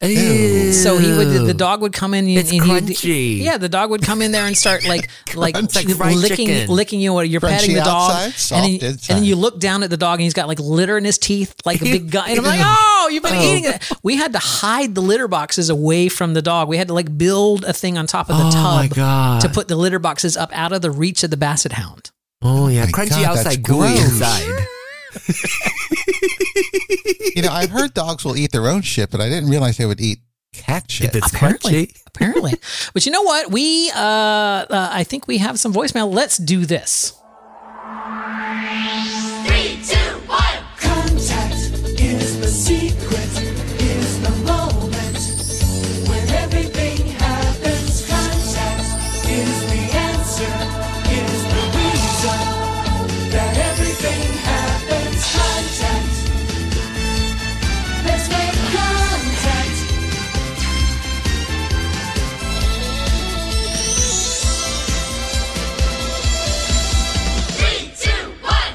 C: Ew.
A: So he would the dog would come in and,
B: It's
A: and he would-
B: crunchy.
A: yeah, the dog would come in there and start like like
C: Crunchy.
A: like
B: Fried
A: licking
B: chicken.
A: licking you. You're
C: Crunchy
A: petting the dog,
C: outside, soft
A: and, then,
C: inside.
A: and then you look down at the dog and he's got like litter in his teeth, like a big guy. And I'm like,
C: Ew.
A: oh, you've been
C: Oh.
A: eating it. We had to hide the litter boxes away from the dog. We had to like build a thing on top of the
B: oh my
A: tub
B: god.
A: to put the litter boxes up out of the reach of the basset hound.
B: oh yeah,
C: My
B: crunchy
C: God, that's
B: outside, gooey
C: gross.
B: inside.
C: You know, I've heard dogs will eat their own shit, but I didn't realize they would eat catch
B: If
C: it.
B: it's
A: apparently
B: crunchy.
A: apparently but you know what we uh, uh i think we have some voicemail let's do this
F: Three, two, one. Contact is the secret, is the moment. When everything happens, contact is the answer, is the reason that everything happens. Contact. Let's make contact. Three, two, one.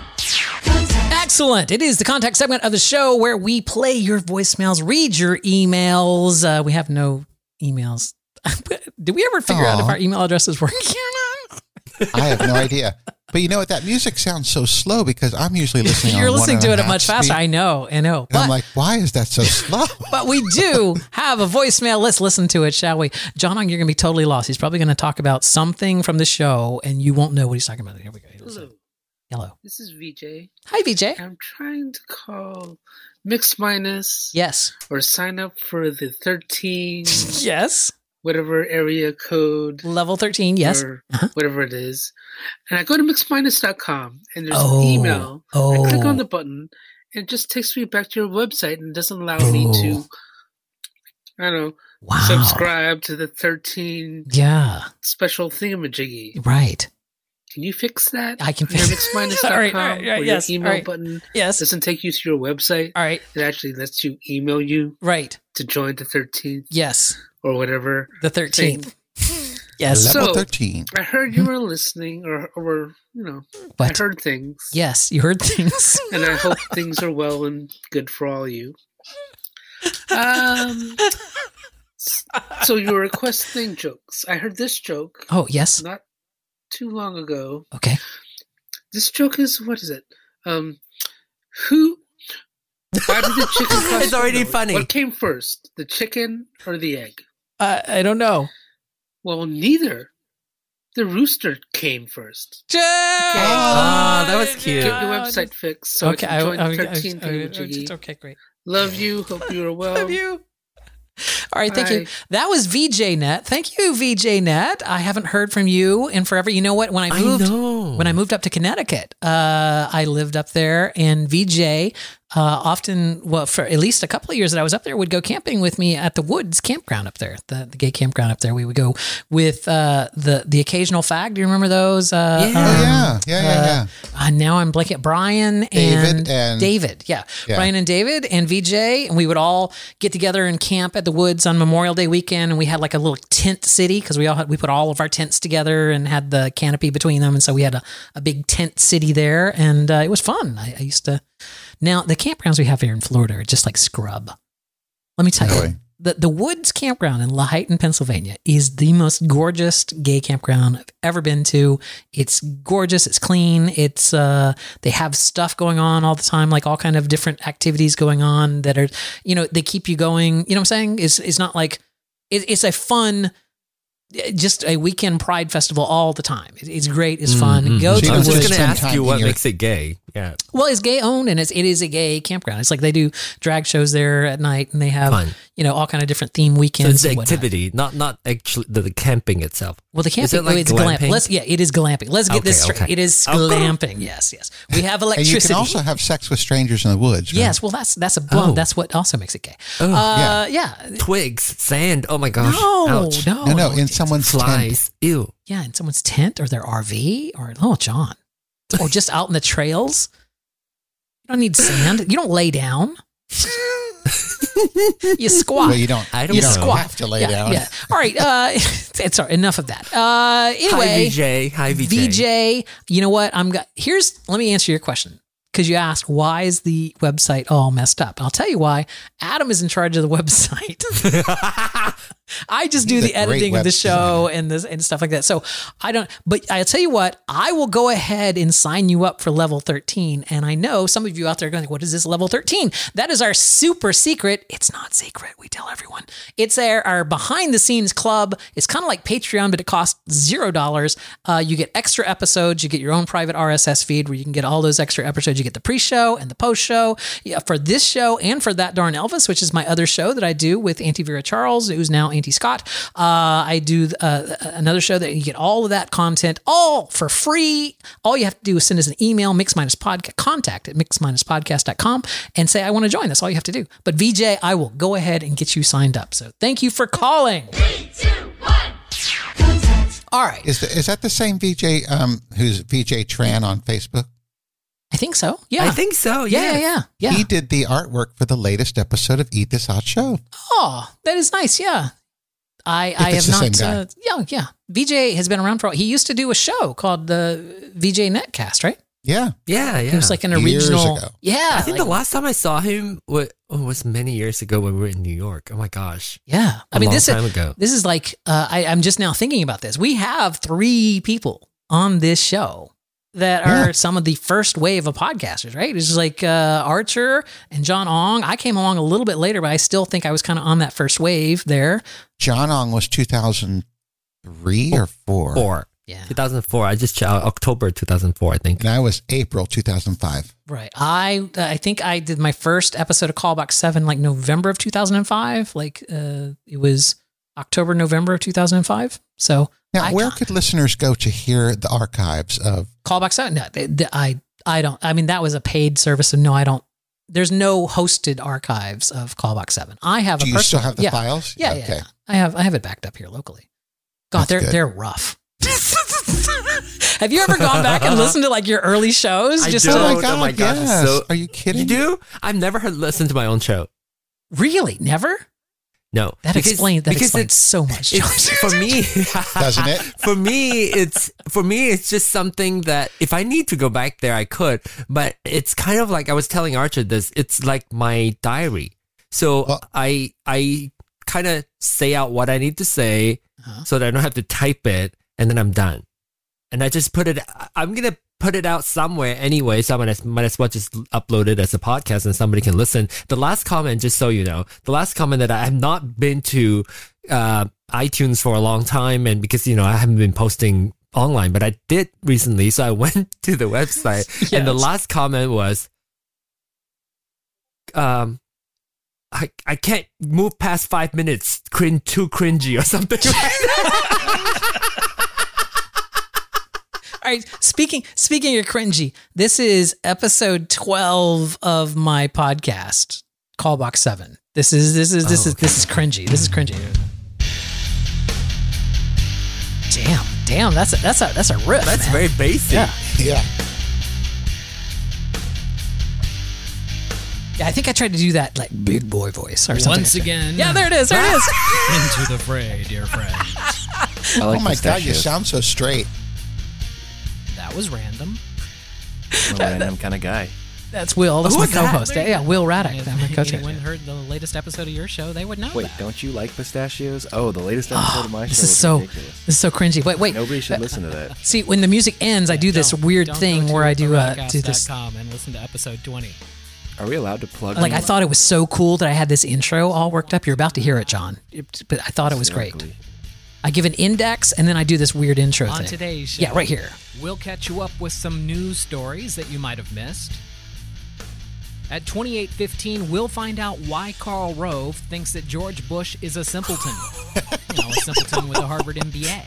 F: Contact.
A: excellent it is the contact segment of the show where we play your voicemails read your emails uh, we have no emails did we ever figure out if
C: Aw.
A: our email addresses were working or not
C: I have no idea. But you know what? That music sounds so slow because I'm usually listening.
A: you're
C: on one
A: listening
C: and
A: to
C: a
A: it at
C: half
A: much faster
C: speed,
A: i know i know
C: and I'm
A: but,
C: like, why is that so slow?
A: but we do have a voicemail let's listen to it shall we john you're gonna be totally lost he's probably gonna talk about something from the show and you won't know what he's talking about here we go
G: Hello,
A: hello
G: this is VJ.
A: hi vj
G: I'm trying to call Mixed Minus
A: yes
G: or sign up for the 13
A: Yes.
G: whatever area code
A: Level 13, yes.
G: or
A: Uh-huh.
G: whatever it is. And I go to mixedminus.com and there's
A: Oh,
G: an email.
A: oh.
G: I click on the button and it just takes me back to your website and doesn't allow me to, I don't know,
A: Oh. Wow.
G: subscribe to the 13
A: Yeah,
G: special thingamajiggy.
A: right.
G: Can you fix that?
A: I can
G: Your
A: fix-
G: mixedminus.com
A: All right, all right,
G: where
A: yes, all
G: your email
A: right.
G: button
A: Yes.
G: doesn't take you to your website.
A: All right.
G: It actually lets you email you
A: Right.
G: to join the 13th
A: Yes.
G: or whatever.
A: The 13th. Yes.
G: So-
C: Level thirteen.
G: I heard
B: Hmm.
G: you were listening or, or were, you know,
A: What?
G: I heard things.
A: Yes. You heard things.
G: And I hope things are well and good for all you. Um, s- so you were requesting jokes. I heard this joke
A: Oh, yes.
G: not too long ago.
A: Okay.
G: This joke is, what is it? Um, who, why did the chicken cost
B: It's already
G: $4?
B: funny.
G: What came first, the chicken or the egg?
A: Uh, I don't know.
G: Well, neither. The rooster came first.
A: Jay!
B: Ah, that was cute.
G: Get
A: Uh,
G: your website fixed so
A: okay.
G: I
A: I,
G: can join
A: I, I,
G: the 13th
A: I- I-
G: Hoochie Jiggy.
A: okay. Great.
G: Love you. Hope you are well.
A: Love you. All right, thank you.
G: Bye.
A: That was VJ Net. Thank you, VJ Net. I haven't heard from you in forever. You know what? When I moved,
B: know.
A: when I moved up to Connecticut, uh, I lived up there, and VJ uh, often, well, for at least a couple of years that I was up there, would go camping with me at the Woods campground up there, the, the gay campground up there. We would go with uh, the the occasional fag. Do you remember those? Uh,
B: Yeah.
A: um,
C: Oh yeah, yeah, yeah,
A: uh,
C: yeah.
A: uh, now I'm blanking. Brian
C: David
A: and,
C: and-
A: David. Yeah.
C: Yeah.
A: Brian and David and VJ. And we would all get together and camp at the woods on Memorial Day weekend. And we had like a little tent city because we all had, we put all of our tents together and had the canopy between them. And so we had a, a big tent city there. And uh, it was fun. I, I used to. Now, the campgrounds we have here in Florida are just like scrub. Let me tell you.
C: Really?
A: The, the Woods Campground in Laheyton, Pennsylvania is the most gorgeous gay campground I've ever been to. It's gorgeous, it's clean, it's uh they have stuff going on all the time, like all kind of different activities going on that are you know, they keep you going. You know what I'm saying? It's it's not like it, it's a fun just a weekend pride festival all the time. It- it's great, it's fun.
B: Mhm.
A: Go
C: So
A: to
C: you
A: the
B: I was
A: woods.
C: Just
B: just going to
C: spend
B: ask
C: time
B: you what
C: here.
B: makes it gay. Yeah.
A: Well, it's gay owned and it's it is a gay campground. It's like they do drag shows there at night and they have
B: Fun.
A: you know all kind of different theme
B: So
A: weekends.
B: it's the
A: and whatnot.
B: activity, not not actually the, the camping itself.
A: Well, the
B: Is it
A: camping.
B: like
A: oh, it's glamping.
B: glamping?
A: Let's yeah, it is glamping. Let's get this
B: Okay,
A: straight.
B: okay.
A: It is
B: Oh, cool.
A: glamping. Yes, yes. We have
C: And
A: electricity.
C: you can also have sex with strangers in the woods. right?
A: yes. Well, that's that's a blunt.
B: Oh.
A: That's what also makes it gay.
B: Oh.
A: uh, yeah.
B: Twigs, sand. Oh my gosh.
A: No,
B: Ouch.
A: no,
C: No, no, in someone's tent.
B: Oh, Flies. Ew.
A: Yeah, in someone's tent or their RV or oh, John, or just out in the trails. You don't need sand. You don't lay down. you squat.
C: Well, you don't.
B: I don't
A: you
B: know.
A: squat.
C: have to lay
A: yeah,
C: down.
A: Yeah. All right. Uh, it's, sorry. Enough of that. Uh, anyway,
B: Hi VJ. Hi VJ.
A: VJ, you know what? I'm got here's let me answer your question. Because you asked why is the website all messed up? I'll tell you why. Adam is in charge of the website. I just do
C: He's a
A: the editing
C: great
A: of the
C: web
A: show and this and stuff like that. So I don't. But I'll tell you what. I will go ahead and sign you up for level thirteen. And I know some of you out there are going, "What is this level 13? That is our super secret. It's not secret. We tell everyone. It's our, our behind the scenes club. It's kind of like Patreon, but it costs zero dollars. Uh, you get extra episodes. You get your own private RSS feed where you can get all those extra episodes. You get the pre-show and the post-show yeah, for this show and for that darn Elvis, which is my other show that I do with Auntie Vera Charles, who's now Auntie Scott. Uh, I do uh, another show that you get all of that content all for free. All you have to do is send us an email, mix minus podcast contact at mix minus podcast.com and say, I want to join. That's all you have to do. But VJ, I will go ahead and get you signed up. So thank you for calling.
F: Three, two, one. Contact.
A: All right.
C: Is, the, is that the same VJ um, who's VJ Tran on Facebook?
A: I think so. Yeah.
B: I think so.
A: yeah, yeah,
B: yes.
A: yeah. Yeah.
C: He did the artwork for the latest episode of Eat This Hot Show.
A: Oh, that is nice. Yeah. I, I have
C: it's the same
A: not.
C: guy.
A: Uh, yeah, yeah. VJ has been around for. a He used to do a show called the VJ Netcast, right?
C: Yeah.
B: yeah, yeah.
A: It was like an
C: Years
A: original.
C: ago.
A: Yeah,
B: I think
A: like-
B: the last time I saw him was, oh, was many years ago when we were in New York. Oh my gosh.
A: yeah. I
B: A
A: mean,
B: long
A: this
B: time
A: is
B: ago.
A: this is like uh, I, I'm just now thinking about this. We have three people on this show that are
C: Yeah.
A: some of the first wave of podcasters, right? It's just like uh, Archer and John Ong. I came along a little bit later, but I still think I was kind of on that first wave there.
C: John Ong was 2003 or four,
B: Four.
A: Yeah.
B: 2004. I just checked out October 2004, I think.
C: and I was April 2005.
A: Right. I uh, I think I did my first episode of Callback 7 like November of 2005. Like uh it was October November of 2005. So
C: Now,
A: I
C: where
A: can't-
C: could listeners go to hear the archives of?
A: Callback 7 no th- th- I I don't I mean that was a paid service and no I don't there's no hosted archives of Callback 7. I have
C: Do
A: a
C: you
A: personal
C: still have the
A: yeah.
C: files?
A: Yeah, yeah, yeah. I have I have it backed up here locally. God,
C: That's
A: they're
C: good.
A: they're rough. have you ever gone back and listened to like your early shows
B: I
A: just
B: do.
A: to
C: Oh
A: like
C: my
B: Oh,
C: god!
B: my gosh,
C: yes.
B: so-
C: Are you kidding?
B: You do? I've never heard listened to my own show.
A: really never?
B: No.
A: That
B: Because-
A: explains that
B: because
A: explains
B: it's-
A: so much.
B: it's for me
C: Doesn't it?
B: for me it's for me it's just something that if i need to go back there i could but it's kind of like i was telling archer this it's like my diary so
C: Well-
B: i i kind of say out what i need to say so that i don't have to type it and then i'm done and i just put it I- i'm gonna put it out somewhere anyway so i might as, might as well just upload it as a podcast and somebody can listen the last comment just so you know the last comment that i have not been to uh, iTunes for a long time, and because you know I haven't been posting online, but I did recently, so I went to the website, and the
A: Yes.
B: last comment was, um. I, I can't move past five minutes. Cringe too cringy or something. like that.
A: All right. Speaking speaking of cringy, this is episode twelve of my podcast, Callbox Seven. This is this is this
B: Oh,
A: is this is cringy. This is cringy. Damn, damn, that's a that's a that's a riff.
B: That's
A: man.
B: very basic.
A: Yeah.
C: Yeah.
A: Yeah, I think I tried to do that like big boy voice or something.
H: Once again,
A: Yeah, there it is. There it is.
H: into the fray, dear friends.
E: I like
C: oh my god! You
E: pistachios.
C: sound so straight.
A: That was random.
E: I'm a random kind of guy.
A: That's Will. That's
B: Who
A: my
B: was that?
A: co-host. Yeah, yeah, Will Raddick. That's my
H: If
A: co-host.
H: anyone heard the latest episode of your show, they would know
E: Wait,
H: that.
E: don't you like pistachios? Oh, the latest episode of my show
A: Ah, This
E: was
A: is so
E: ridiculous.
A: this is so cringy. Wait, wait.
E: Nobody should listen to that.
A: See, when the music ends, I do this
H: Don't-
A: weird
H: don't
A: thing
H: go to
A: where I do
H: eroticast.com
A: uh, do this.
H: and listen to episode twenty.
E: Are we allowed to plug?
A: Like I
E: these?
A: thought it was so cool that I had this intro all worked up. You're about to hear it, John. It- But I thought it was great.
E: Exactly.
A: I give an index and then I do this weird intro
H: On
A: thing.
H: today's show,
A: Yeah, right here.
H: We'll catch you up with some news stories that you might have missed. At 28:15, we'll find out why Karl Rove thinks that George Bush is a simpleton. you know, a simpleton with a Harvard MBA.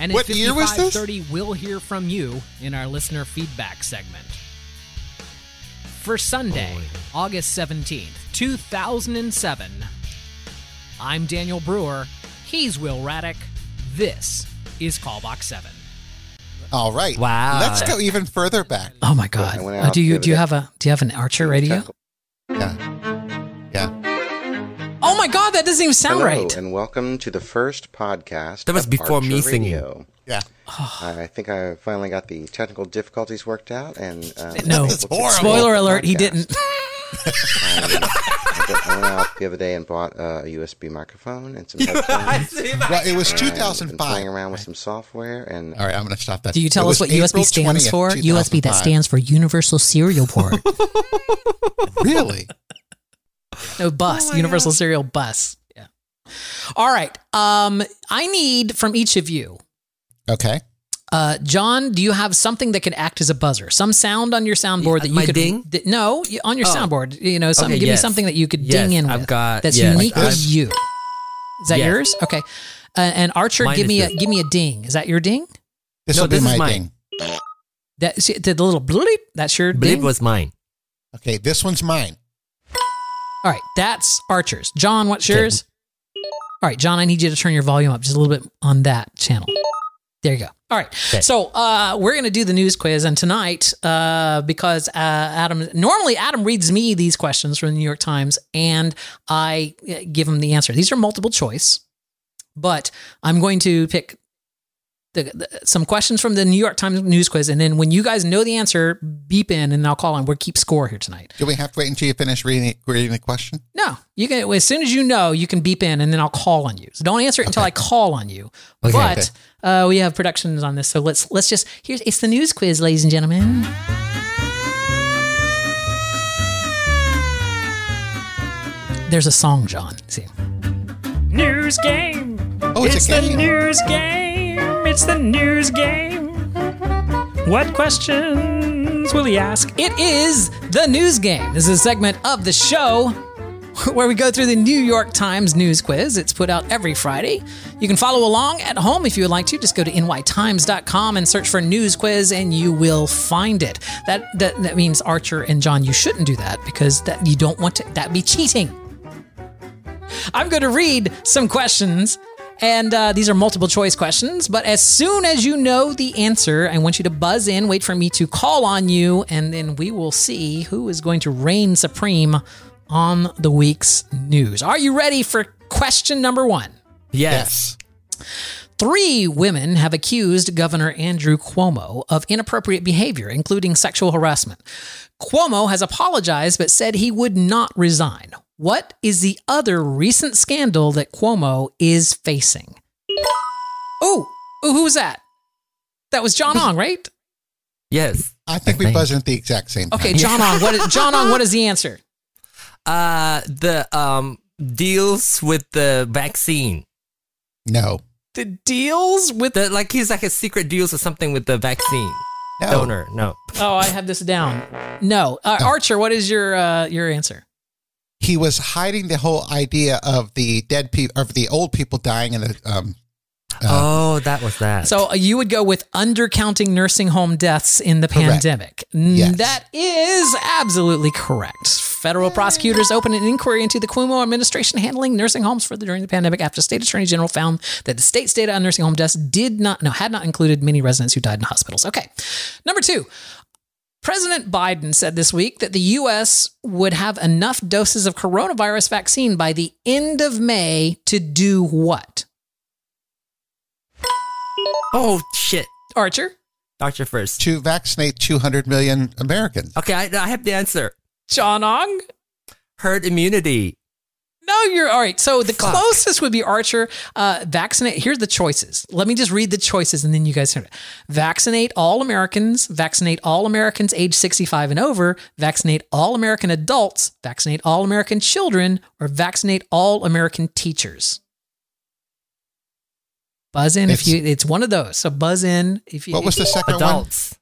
H: And at
C: What year was this?
H: 55:30, we'll hear from you in our listener feedback segment. For
A: Oh,
H: Sunday, August 17th, 2007, I'm Daniel Brewer. He's Will Raddick. This is Callbox 7.
C: All right.
B: Wow.
C: Let's go even further back.
A: Oh my god.
E: I went
A: Uh,
E: out
A: do
E: the
A: you
E: other
A: do you
E: day.
A: have a do you have an Archer radio?
C: Yeah. Yeah.
A: Oh my god, that doesn't even sound
I: Hello,
A: right.
I: and welcome to the first podcast.
B: That was
I: of
B: before me
I: Archer
B: singing.
I: Radio.
C: Yeah.
I: I think I finally got the technical difficulties worked out, and uh,
A: No.
I: I'm able to-
C: horrible.
A: Spoiler alert, he
I: podcast.
A: didn't.
I: I, I went out the other day and bought uh, a USB microphone and some headphones.
C: Well, it was
I: and been
C: 2005.
I: playing around with some software and
C: All right, I'm going to stop that.
A: Do you tell
C: It
A: us
C: was
A: what USB
C: April
A: stands
C: 20th,
A: for? USB that
C: 2005.
A: stands for Universal Serial Port.
C: Really?
A: No bus, Universal Serial Bus. Yeah. All right. Um, I need from each of you.
C: Okay.
A: Uh, John, do you have something that could act as a buzzer? Some sound on your soundboard
B: Yeah,
A: that you
B: my
A: could
B: ding?
A: th- no you- on your
B: Oh.
A: soundboard. You know, some,
B: Okay,
A: give
B: yes.
A: me something that you could
B: Yes,
A: ding in
B: I've
A: with
B: got-
A: that's
B: yes,
A: uniquely
B: I've-
A: you. Is that
B: Yes.
A: yours? Okay. Uh, and Archer,
B: Mine
A: give
B: is
A: me a
B: this.
A: give me a ding. Is that your ding?
C: This
B: No,
C: will be
B: this is
C: my
B: mine.
C: thing.
A: That see, the little bleep. That's your
B: Bleep
A: ding.
B: was mine.
C: Okay, this one's mine.
A: All right, that's Archer's. John, what's
B: Okay.
A: yours? All right, John, I need you to turn your volume up just a little bit on that channel. There you go. All right.
B: Okay.
A: So uh, we're going to do the news quiz. And tonight, uh, because uh, Adam, normally Adam reads me these questions from the New York Times and I uh, give him the answer. These are multiple choice, but I'm going to pick the, the, some questions from the New York Times news quiz. And then when you guys know the answer, beep in and I'll call on. We'll keep score here tonight.
C: Do we have to wait until you finish reading, it- reading the question?
A: No, you can. As soon as you know, you can beep in, and then I'll call on you. So don't answer it until I call on you.
B: Okay.
A: but Uh, we have productions on this, so let's let's just here's it's the news quiz, ladies and gentlemen. There's a song, John. See,
H: News game.
C: Oh, it's, a game.
H: news game. It's the news game. What questions will he ask?
A: it is the news game. This is a segment of the show where we go through the New York Times news quiz. It's put out every Friday. You can follow along at home if you would like to. Just go to nytimes.com and search for news quiz and you will find it. That that, that means Archer and John, you shouldn't do that because that you don't want to that be cheating. I'm going to read some questions. And uh, these are multiple choice questions, but as soon as you know the answer, I want you to buzz in, wait for me to call on you, and then we will see who is going to reign supreme on the week's news. Are you ready for question number one?
B: Yes.
A: Three women have accused Governor Andrew Cuomo of inappropriate behavior, including sexual harassment. Cuomo has apologized but said he would not resign. What is the other recent scandal that Cuomo is facing? Oh, who was that? That was John Ong, right?
B: Yes.
C: I think we
B: Okay.
C: buzzed in at the exact same time.
A: Okay, John Ong. What is, John Ong? What is the answer?
B: Uh, the um deals with the vaccine.
C: No.
A: The deals with
B: The like he's like a secret deals or something with the vaccine
C: No.
B: donor. No.
A: Oh, I have this down. No, uh, Archer. What is your uh, your answer?
C: He was hiding the whole idea of the dead people, of the old people dying in the. Um, uh,
B: oh, that was that.
A: So uh, you would go with undercounting nursing home deaths in the
C: Correct.
A: pandemic. Mm,
C: Yes.
A: That is absolutely correct. Federal prosecutors opened an inquiry into the Cuomo administration handling nursing homes for the, during the pandemic after state attorney general found that the state's data on nursing home deaths did not no had not included many residents who died in hospitals. Okay. Number 2. President Biden said this week that the US would have enough doses of coronavirus vaccine by the end of May to do what?
B: oh shit.
A: Archer?
B: Archer first.
C: to vaccinate 200 million Americans.
B: Okay, I, I have the answer.
A: John Ong?
B: Herd immunity.
A: No, you're all right. So the
B: Fuck.
A: closest would be Archer. Uh, vaccinate. Here's the choices. Let me just read the choices, and then you guys hear it. Vaccinate all Americans. Vaccinate all Americans age 65 and over. Vaccinate all American adults. Vaccinate all American children, or vaccinate all American teachers. Buzz in if
C: It's-
A: you. It's one of those. So buzz in if you.
C: What was the second one?
B: Adults.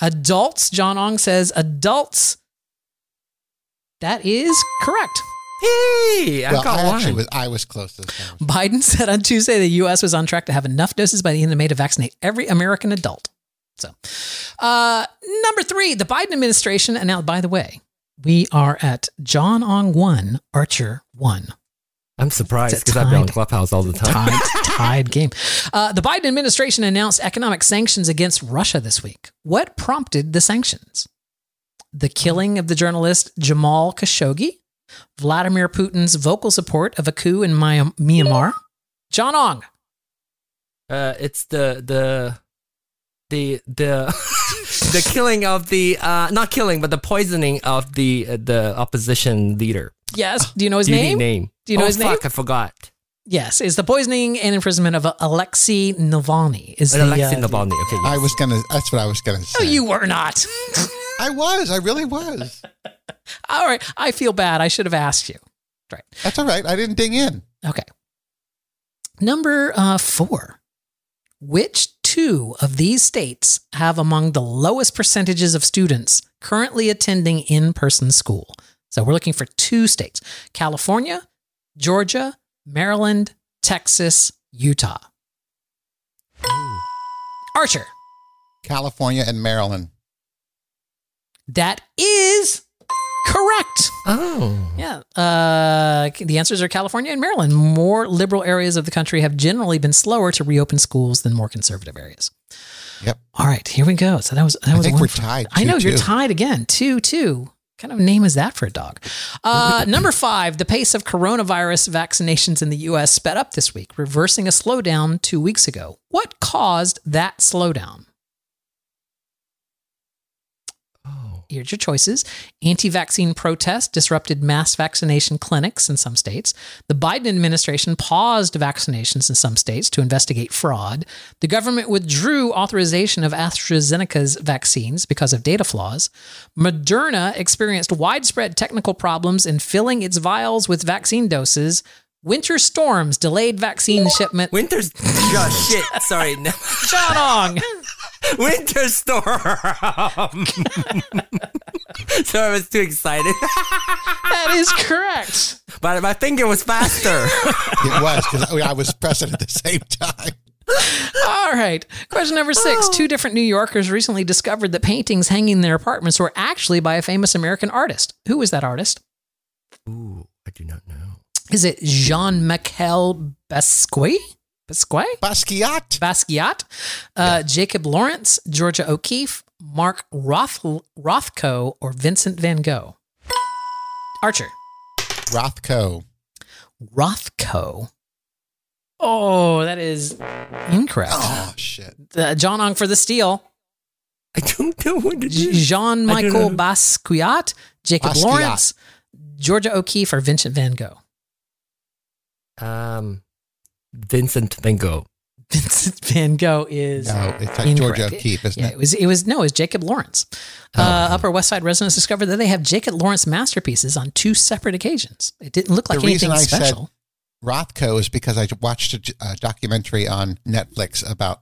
A: adults? John Ong says adults. That is correct.
B: Hey, I
C: well,
B: got
C: I
B: one.
C: actually was I was close to this one.
A: Biden said on Tuesday the U.S. was on track to have enough doses by the end of May to vaccinate every American adult. So, uh, number three, the Biden administration. And now, by the way, we are at John Ong one, Archer one.
B: I'm surprised
A: It's a
B: because I've been on
A: tied-
B: Clubhouse all the time.
A: Tied, tied game. Uh, the Biden administration announced economic sanctions against Russia this week. What prompted the sanctions? The killing of the journalist Jamal Khashoggi, Vladimir Putin's vocal support of a coup in Mya- Myanmar. John Ong,
B: Uh, it's the the the the the killing of the uh, not killing but the poisoning of the uh, the opposition leader.
A: Yes. Do you know his
B: You
A: name?
B: need name.
A: Do you know
B: oh,
A: his name?
B: Fuck, I forgot.
A: Yes. Is the poisoning and imprisonment of Alexei Navalny? Is the,
B: Alexei
A: uh,
B: Navalny. Okay.
C: I was gonna. That's what I was gonna
A: No,
C: say.
A: you were not.
C: I was. I really was.
A: All right. I feel bad. I should have asked you. Right.
C: That's all right. I didn't ding in.
A: Okay. Number uh, four. Which two of these states have among the lowest percentages of students currently attending in person school? So we're looking for two states California, Georgia, Maryland, Texas, Utah. Archer,
C: California and Maryland.
A: that is correct.
B: Oh.
A: Yeah. Uh, the answers are California and Maryland. More liberal areas of the country have generally been slower to reopen schools than more conservative areas.
C: Yep.
A: All right, here we go. So that was that
C: I
A: was
C: think
A: one
C: we're
A: for-
C: tied.
A: I know you're
C: 2-2.
A: tied again. Two two. Kind of name is that for a dog? Uh, number five, the pace of coronavirus vaccinations in the U.S. sped up this week, reversing a slowdown two weeks ago. What caused that slowdown?
B: Oh.
A: Here's your choices anti vaccine protests disrupted mass vaccination clinics in some states. The Biden administration paused vaccinations in some states to investigate fraud. The government withdrew authorization of AstraZeneca's vaccines because of data flaws. Moderna experienced widespread technical problems in filling its vials with vaccine doses. Winter storms delayed vaccine shipment.
B: Winter's oh, shit. Sorry, no.
A: John Ong!
B: winter storm. Sorry, I was too excited,
A: That is correct.
B: but my finger was faster.
C: It was because I, I was present at the same time.
A: All right. Question number six. Two different New Yorkers recently discovered that paintings hanging in their apartments were actually by a famous American artist. Who was that artist?
B: Ooh, I do not know.
A: Is it Jean Michel Basquiat? Basquiat?
C: Basquiat.
A: Basquiat, uh, Jacob Lawrence, Georgia O'Keeffe, Mark Roth- Rothko, or Vincent van Gogh? Archer.
C: Rothko.
A: Rothko. Oh, that is incorrect.
C: Oh shit.
A: Uh, John Ong for the steal.
B: I don't know what it is.
A: Jean
B: I don't
A: Michael
B: know.
A: Basquiat, Jacob
C: Basquiat.
A: Lawrence, Georgia O'Keeffe, or Vincent van Gogh.
B: Um, Vincent Van Gogh.
A: Vincent van Gogh is
C: No, it's like
A: incorrect.
C: Georgia O'Keeffe, isn't
A: Yeah,
C: it? Oh,
A: it was. It was no. It was Jacob Lawrence. Uh, Upper West Side residents discovered that they have Jacob Lawrence masterpieces on two separate occasions. It didn't look
C: The
A: like anything
C: reason I said-
A: special.
C: Rothko is because I watched a, j- a documentary on Netflix about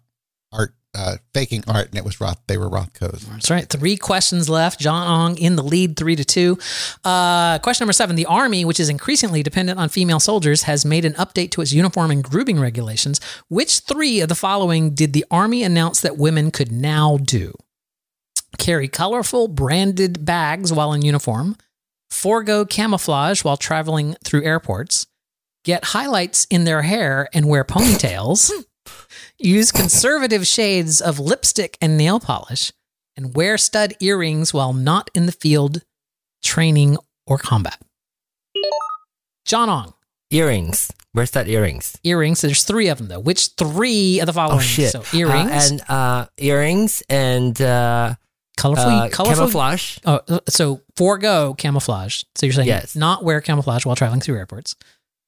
C: art, uh, faking art, and it was Roth. They were Rothkos.
A: That's right. Three questions left. John Ong in the lead, three to two. Uh, question number seven The Army, which is increasingly dependent on female soldiers, has made an update to its uniform and grooming regulations. Which three of the following did the Army announce that women could now do? Carry colorful branded bags while in uniform, forego camouflage while traveling through airports, get highlights in their hair and wear ponytails, use conservative shades of lipstick and nail polish and wear stud earrings while not in the field, training, or combat. John Ong,
B: Earrings. Where's that earrings?
A: earrings. There's three of them though. Which three of the following?
B: Oh shit!
A: So earrings,
B: uh, and uh, earrings and uh,
A: colorful,
B: uh,
A: colorful.
B: camouflage.
A: Oh, uh, so forego camouflage. So you're saying
B: Yes.
A: not wear camouflage while traveling through airports.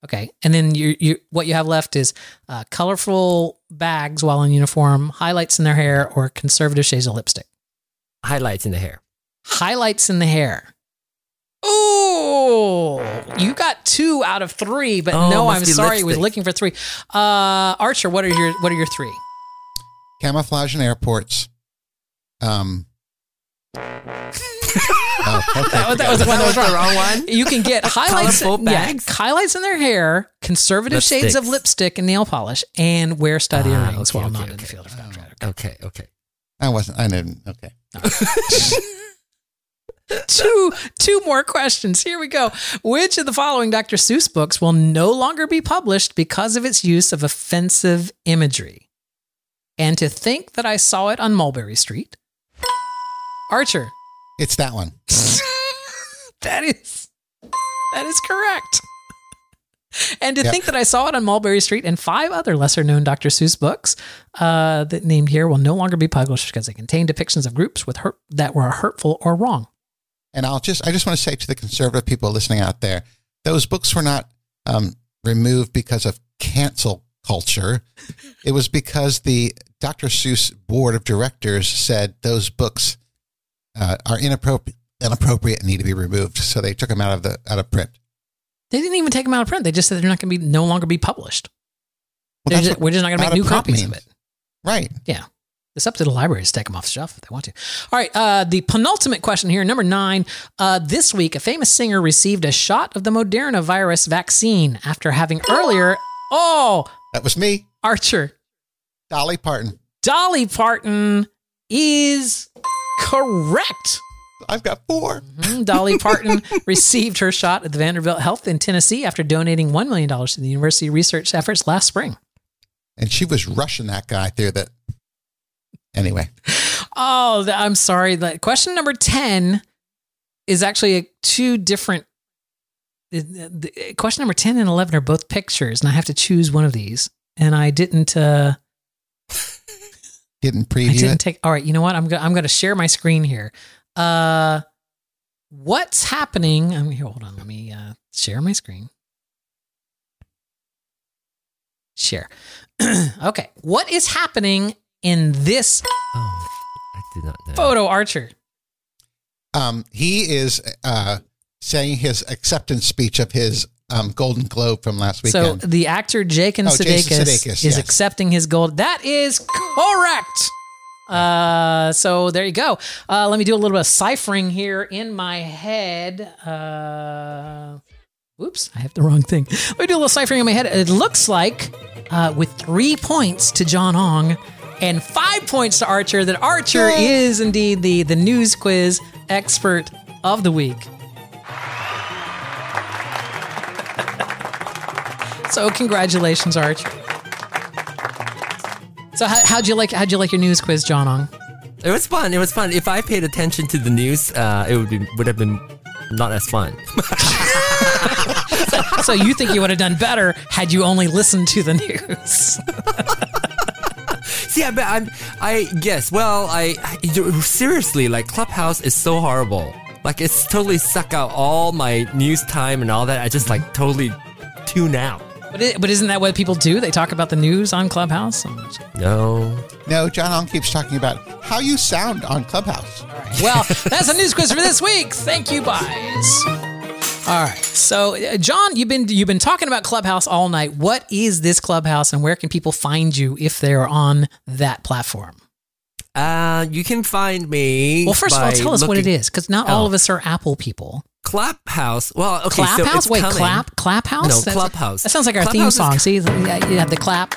A: Okay, and then you you what you have left is uh, colorful bags while in uniform, highlights in their hair, or conservative shades of lipstick.
B: Highlights in the hair.
A: highlights in the hair. Ooh, you got two out of three, but
B: Oh,
A: no,
B: must
A: I'm
B: be
A: sorry, was
B: lipstick.
A: looking for three. Uh, Archer, what are your what are your three?
C: Camouflage in airports. Um. oh, okay.
A: That, that was the one that was
B: The
A: wrong.
B: wrong one.
A: You can get highlights,
B: Colorful
A: yeah,
B: bags?
A: highlights in their hair, conservative shades of
B: Lipsticks.
A: lipstick and nail polish, and wear stud
B: Ah,
A: earrings
B: okay,
A: while
B: okay,
A: not in
B: okay.
A: the field of battle.
B: Okay. Okay.
C: I wasn't. I didn't. Okay.
A: two two more questions. Here we go. Which of the following Dr. Seuss books will no longer be published because of its use of offensive imagery? And to think that I saw it on Mulberry Street. Archer.
C: It's that one.
A: that is that is correct. And to think that I saw it on Mulberry Street and five other lesser known Dr. Seuss books uh, that named here will no longer be published because they contain depictions of groups with hurt, that were hurtful or wrong.
C: And I'll just I just want to say to the conservative people listening out there, those books were not um, removed because of cancel culture. it was because the Dr. Seuss board of directors said those books uh, are inappropriate, inappropriate, and need to be removed. So they took them out of the out of print.
A: They didn't even take them out of print. They just said they're not going to be no longer be published. They're
C: that's
A: just-
C: what
A: we're just not going to
C: out
A: make new
C: print
A: copies of
C: means.
A: it.
C: Right.
A: Yeah. It's up to the libraries to take them off the shelf if they want to. All right. Uh, the penultimate question here, number nine. Uh, this week, a famous singer received a shot of the Moderna virus vaccine after having earlier. Oh,
C: That was me,
A: Archer.
C: Dolly Parton.
A: Dolly Parton is correct.
C: I've got four.
A: Mhm. Dolly Parton received her shot at the Vanderbilt Health in Tennessee after donating $1 million to the university research efforts last spring.
C: And she was rushing that guy through that. Anyway,
A: Oh, th- I'm sorry. The- Question number 10 is actually a, two different. the- the- the- Question number 10 and 11 are both pictures, and I have to choose one of these. And I didn't. Uh,
C: didn't
A: I
C: preview
A: didn't
C: it.
A: take. All right, you know what? I'm go, I'm going to share my screen here. Uh, what's happening? I'm here. Hold on. Let me uh, share my screen. Share. okay. What is happening in this
B: Oh, I did not know.
A: photo, Archer?
C: Um, he is uh, saying his acceptance speech of his um, Golden Globe from last weekend.
A: So uh, the actor Jakin
C: Oh,
A: Sudeikis,
C: Jason Sudeikis,
A: is
C: yes.
A: accepting his gold. That is correct. Uh, so there you go. Uh, let me do a little bit of ciphering here in my head. Uh, oops, I have the wrong thing. Let me do a little ciphering in my head. It looks like uh, with three points to John Ong and five points to Archer, that Archer is indeed the the news quiz expert of the week. So congratulations, Arch. So how, how'd you like how'd you like your news quiz, John Ong?
B: It was fun. It was fun. If I paid attention to the news, uh, it would be, would have been not as fun.
A: So you think you would have done better had you only listened to the news?
B: See, I bet I'm. I yes. Well, I, I- seriously like Clubhouse is so horrible. Like it's totally suck out all my news time and all that. I just like totally tune out.
A: But it, but isn't that what people do? They talk about the news on Clubhouse. So much.
B: No.
C: no, John Ong keeps talking about how you sound on Clubhouse.
A: Well, that's a news quiz for this week. Thank you, guys. All right. So, uh, John, you've been you've been talking about Clubhouse all night. What is this Clubhouse, and where can people find you if they're on that platform?
B: Uh, you can find me.
A: Well, first of all,
B: by
A: tell us what it
B: looking-
A: is, because not all
B: Oh.
A: of us are Apple people.
B: Clubhouse. Well, okay.
A: Clap
B: so
A: house?
B: it's
A: Wait,
B: coming.
A: clap clap house?
B: No,
A: That's-
B: Clubhouse.
A: That sounds like our theme
B: Clubhouse is-
A: song. See, yeah, you had the clap.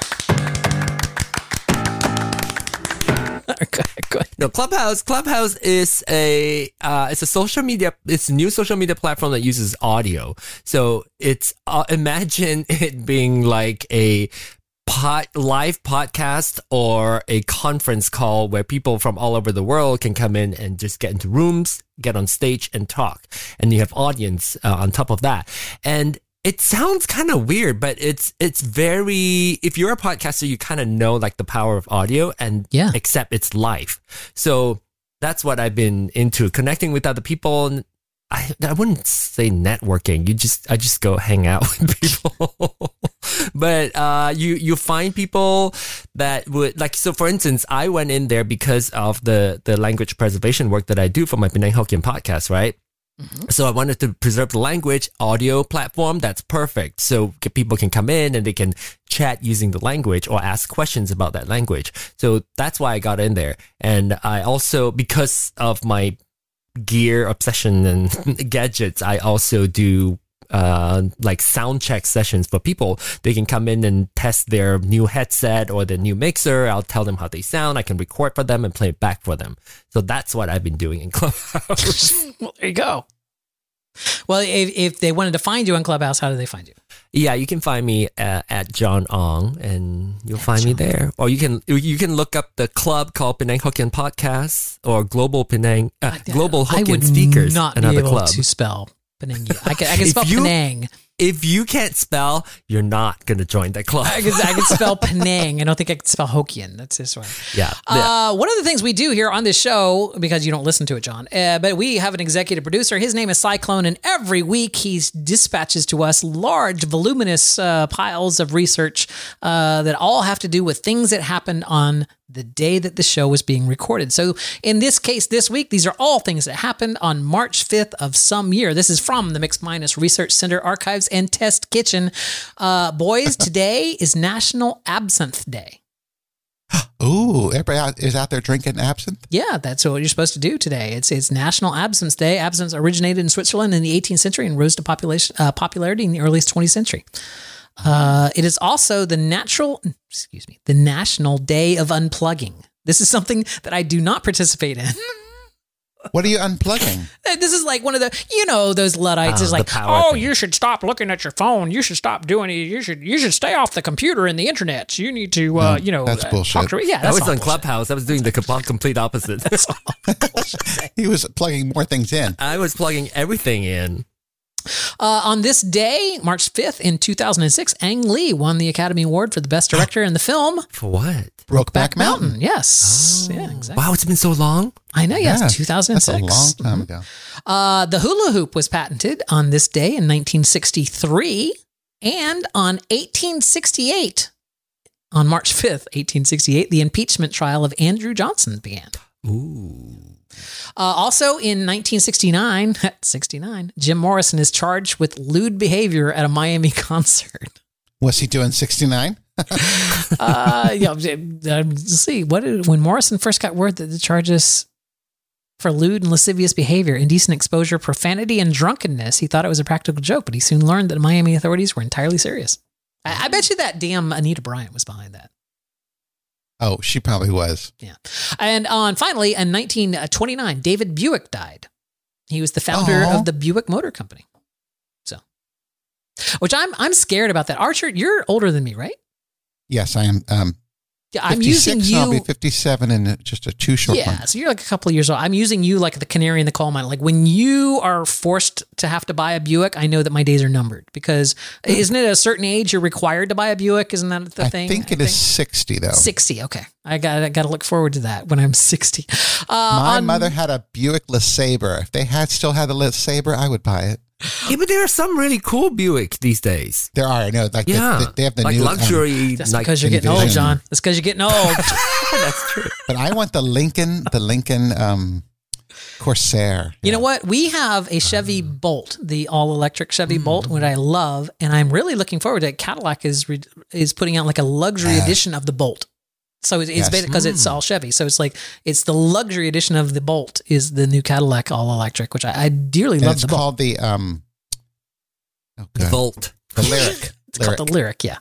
A: Good, good.
B: No, Clubhouse. Clubhouse is a uh, it's a social media. It's a new social media platform that uses audio. So it's uh, imagine it being like a pod, live podcast or a conference call where people from all over the world can come in and just get into rooms, get on stage, and talk. And you have audience uh, on top of that. And it sounds kind of weird, but it's it's very. If you're a podcaster, you kind of know like the power of audio and
A: Yeah.
B: except it's life. So that's what I've been into connecting with other people. And I, I wouldn't say networking. You just, I just go hang out with people. but uh, you, you find people that would like. So, for instance, I went in there because of the the language preservation work that I do for my Penang Hokkien podcast, right? So I wanted to preserve the language audio platform that's perfect. So c- people can come in and they can chat using the language or ask questions about that language. So that's why I got in there. And I also, because of my gear obsession and gadgets, I also do uh like sound check sessions for people they can come in and test their new headset or their new mixer i'll tell them how they sound i can record for them and play it back for them so that's what i've been doing in clubhouse
A: Well, there you go. Well, if, if they wanted to find you on Clubhouse, how do they find you?
B: Yeah, you can find me uh, at John Ong, and you'll find me there. Or you can you can look up the club called Penang Hokkien Podcast or Global Penang uh, Global
A: I
B: Hokkien
A: would
B: Speakers.
A: not be
B: another
A: able
B: club.
A: to spell Penang. I can, I can
B: If
A: spell
B: you-
A: Penang.
B: if you can't spell, you're not going to join that club.
A: I can, I can spell Penang. I don't think I can spell Hokkien. That's this one.
B: yeah.
A: Uh, one of the things we do here on this show, because you don't listen to it, John, uh, but we have an executive producer. His name is Cyclone, and every week he dispatches to us large, voluminous uh, piles of research uh, that all have to do with things that happened on the day that the show was being recorded. So in this case, this week, these are all things that happened on March 5th of some year. This is from the Mixed Minus Research Center Archives and Test Kitchen. Uh, boys, today is National Absinthe Day.
C: Ooh, everybody out, is out there drinking absinthe.
A: Yeah, that's what you're supposed to do today. It's it's National Absinthe Day. Absinthe originated in Switzerland in the 18th century and rose to population uh, popularity in the earliest 20th century. Uh, it is also the natural, excuse me, the National Day of Unplugging. This is something that I do not participate in.
C: What are you unplugging?
A: This is like one of the, you know, those luddites
B: Ah,
A: is like,
B: the power
A: oh,
B: thing."
A: you should stop looking at your phone. You should stop doing it. You should you should stay off the computer and the internet. You need to, uh,
C: Mm,
A: you know,
C: that's
A: uh, talk
C: bullshit.
A: to- yeah,
B: that
A: that's
B: was
A: all
B: on
A: bullshit.
B: Clubhouse. I was doing the com- complete opposite.
C: He was plugging more things in.
B: I was plugging everything in.
A: Uh, on this day, March 5th in 2006, Ang Lee won the Academy Award for the Best Director in the film
B: For what?
C: Brokeback Mountain. Oh,
A: Yes. Yeah, exactly.
B: Wow, it's been so long.
A: I know, yes,
C: Yeah,
A: 2006.
C: That's a long
A: Mm-hmm.
C: time ago.
A: Uh, the hula hoop was patented on this day in 1963 and on 1868. On March 5th, 1868, the impeachment trial of Andrew Johnson began.
B: Ooh.
A: Uh, also in 1969, 69, Jim Morrison is charged with lewd behavior at a Miami concert.
C: Was he doing 69?
A: uh, yeah, uh, let's see. What did, when Morrison first got word that the charges for lewd and lascivious behavior, indecent exposure, profanity, and drunkenness, he thought it was a practical joke, but he soon learned that Miami authorities were entirely serious. I, I bet you that damn Anita Bryant was behind that.
C: Oh, she probably was.
A: Yeah. And on finally, in 1929, David Buick died. He was the founder
C: Aw.
A: of the Buick Motor Company. So, which I'm I'm scared about that. Archer, you're older than me, right?
C: Yes, I am. Um,
A: Yeah, I'm
C: 56,
A: using you.
C: and I'll be 57 in just a two short
A: yeah,
C: one.
A: so you're like a couple of years old. I'm using you like the canary in the coal mine. Like when you are forced to have to buy a Buick, I know that my days are numbered because isn't it a certain age you're required to buy a Buick? Isn't that the
C: Hmm. I
A: thing?
C: think it is 60, though.
A: 60. Okay. I got I got to look forward to that when I'm 60. Uh,
C: My
A: on-
C: mother had a Buick LeSabre. If they had still had the LeSabre, I would buy it.
B: Yeah, but there are some really cool Buick these days.
C: There are, I know, like the-
B: Yeah,
C: the- they have the
B: like
C: new um,
B: luxury.
A: That's
B: like,
A: because you're getting old,
C: Envision.
A: John. That's because you're getting old.
B: that's true.
C: um, but I want the Lincoln, the Lincoln um, Corsair.
A: You know what? We have a Chevy
C: Uh-huh.
A: Bolt, the all electric
C: Hmm.
A: Chevy Bolt, which I love, and I'm really looking forward to it. Cadillac is re- is putting out like a luxury
C: Yes.
A: edition of the Bolt. So it's, it's
C: Yes. Hmm.
A: because it's all Chevy. So it's like it's the luxury edition of the Bolt is the new Cadillac all electric, which I, I dearly
C: And
A: love
C: it's
A: the Bolt.
C: called the um, oh God,
B: Volt.
C: the lyric.
A: It's called the lyric, yeah.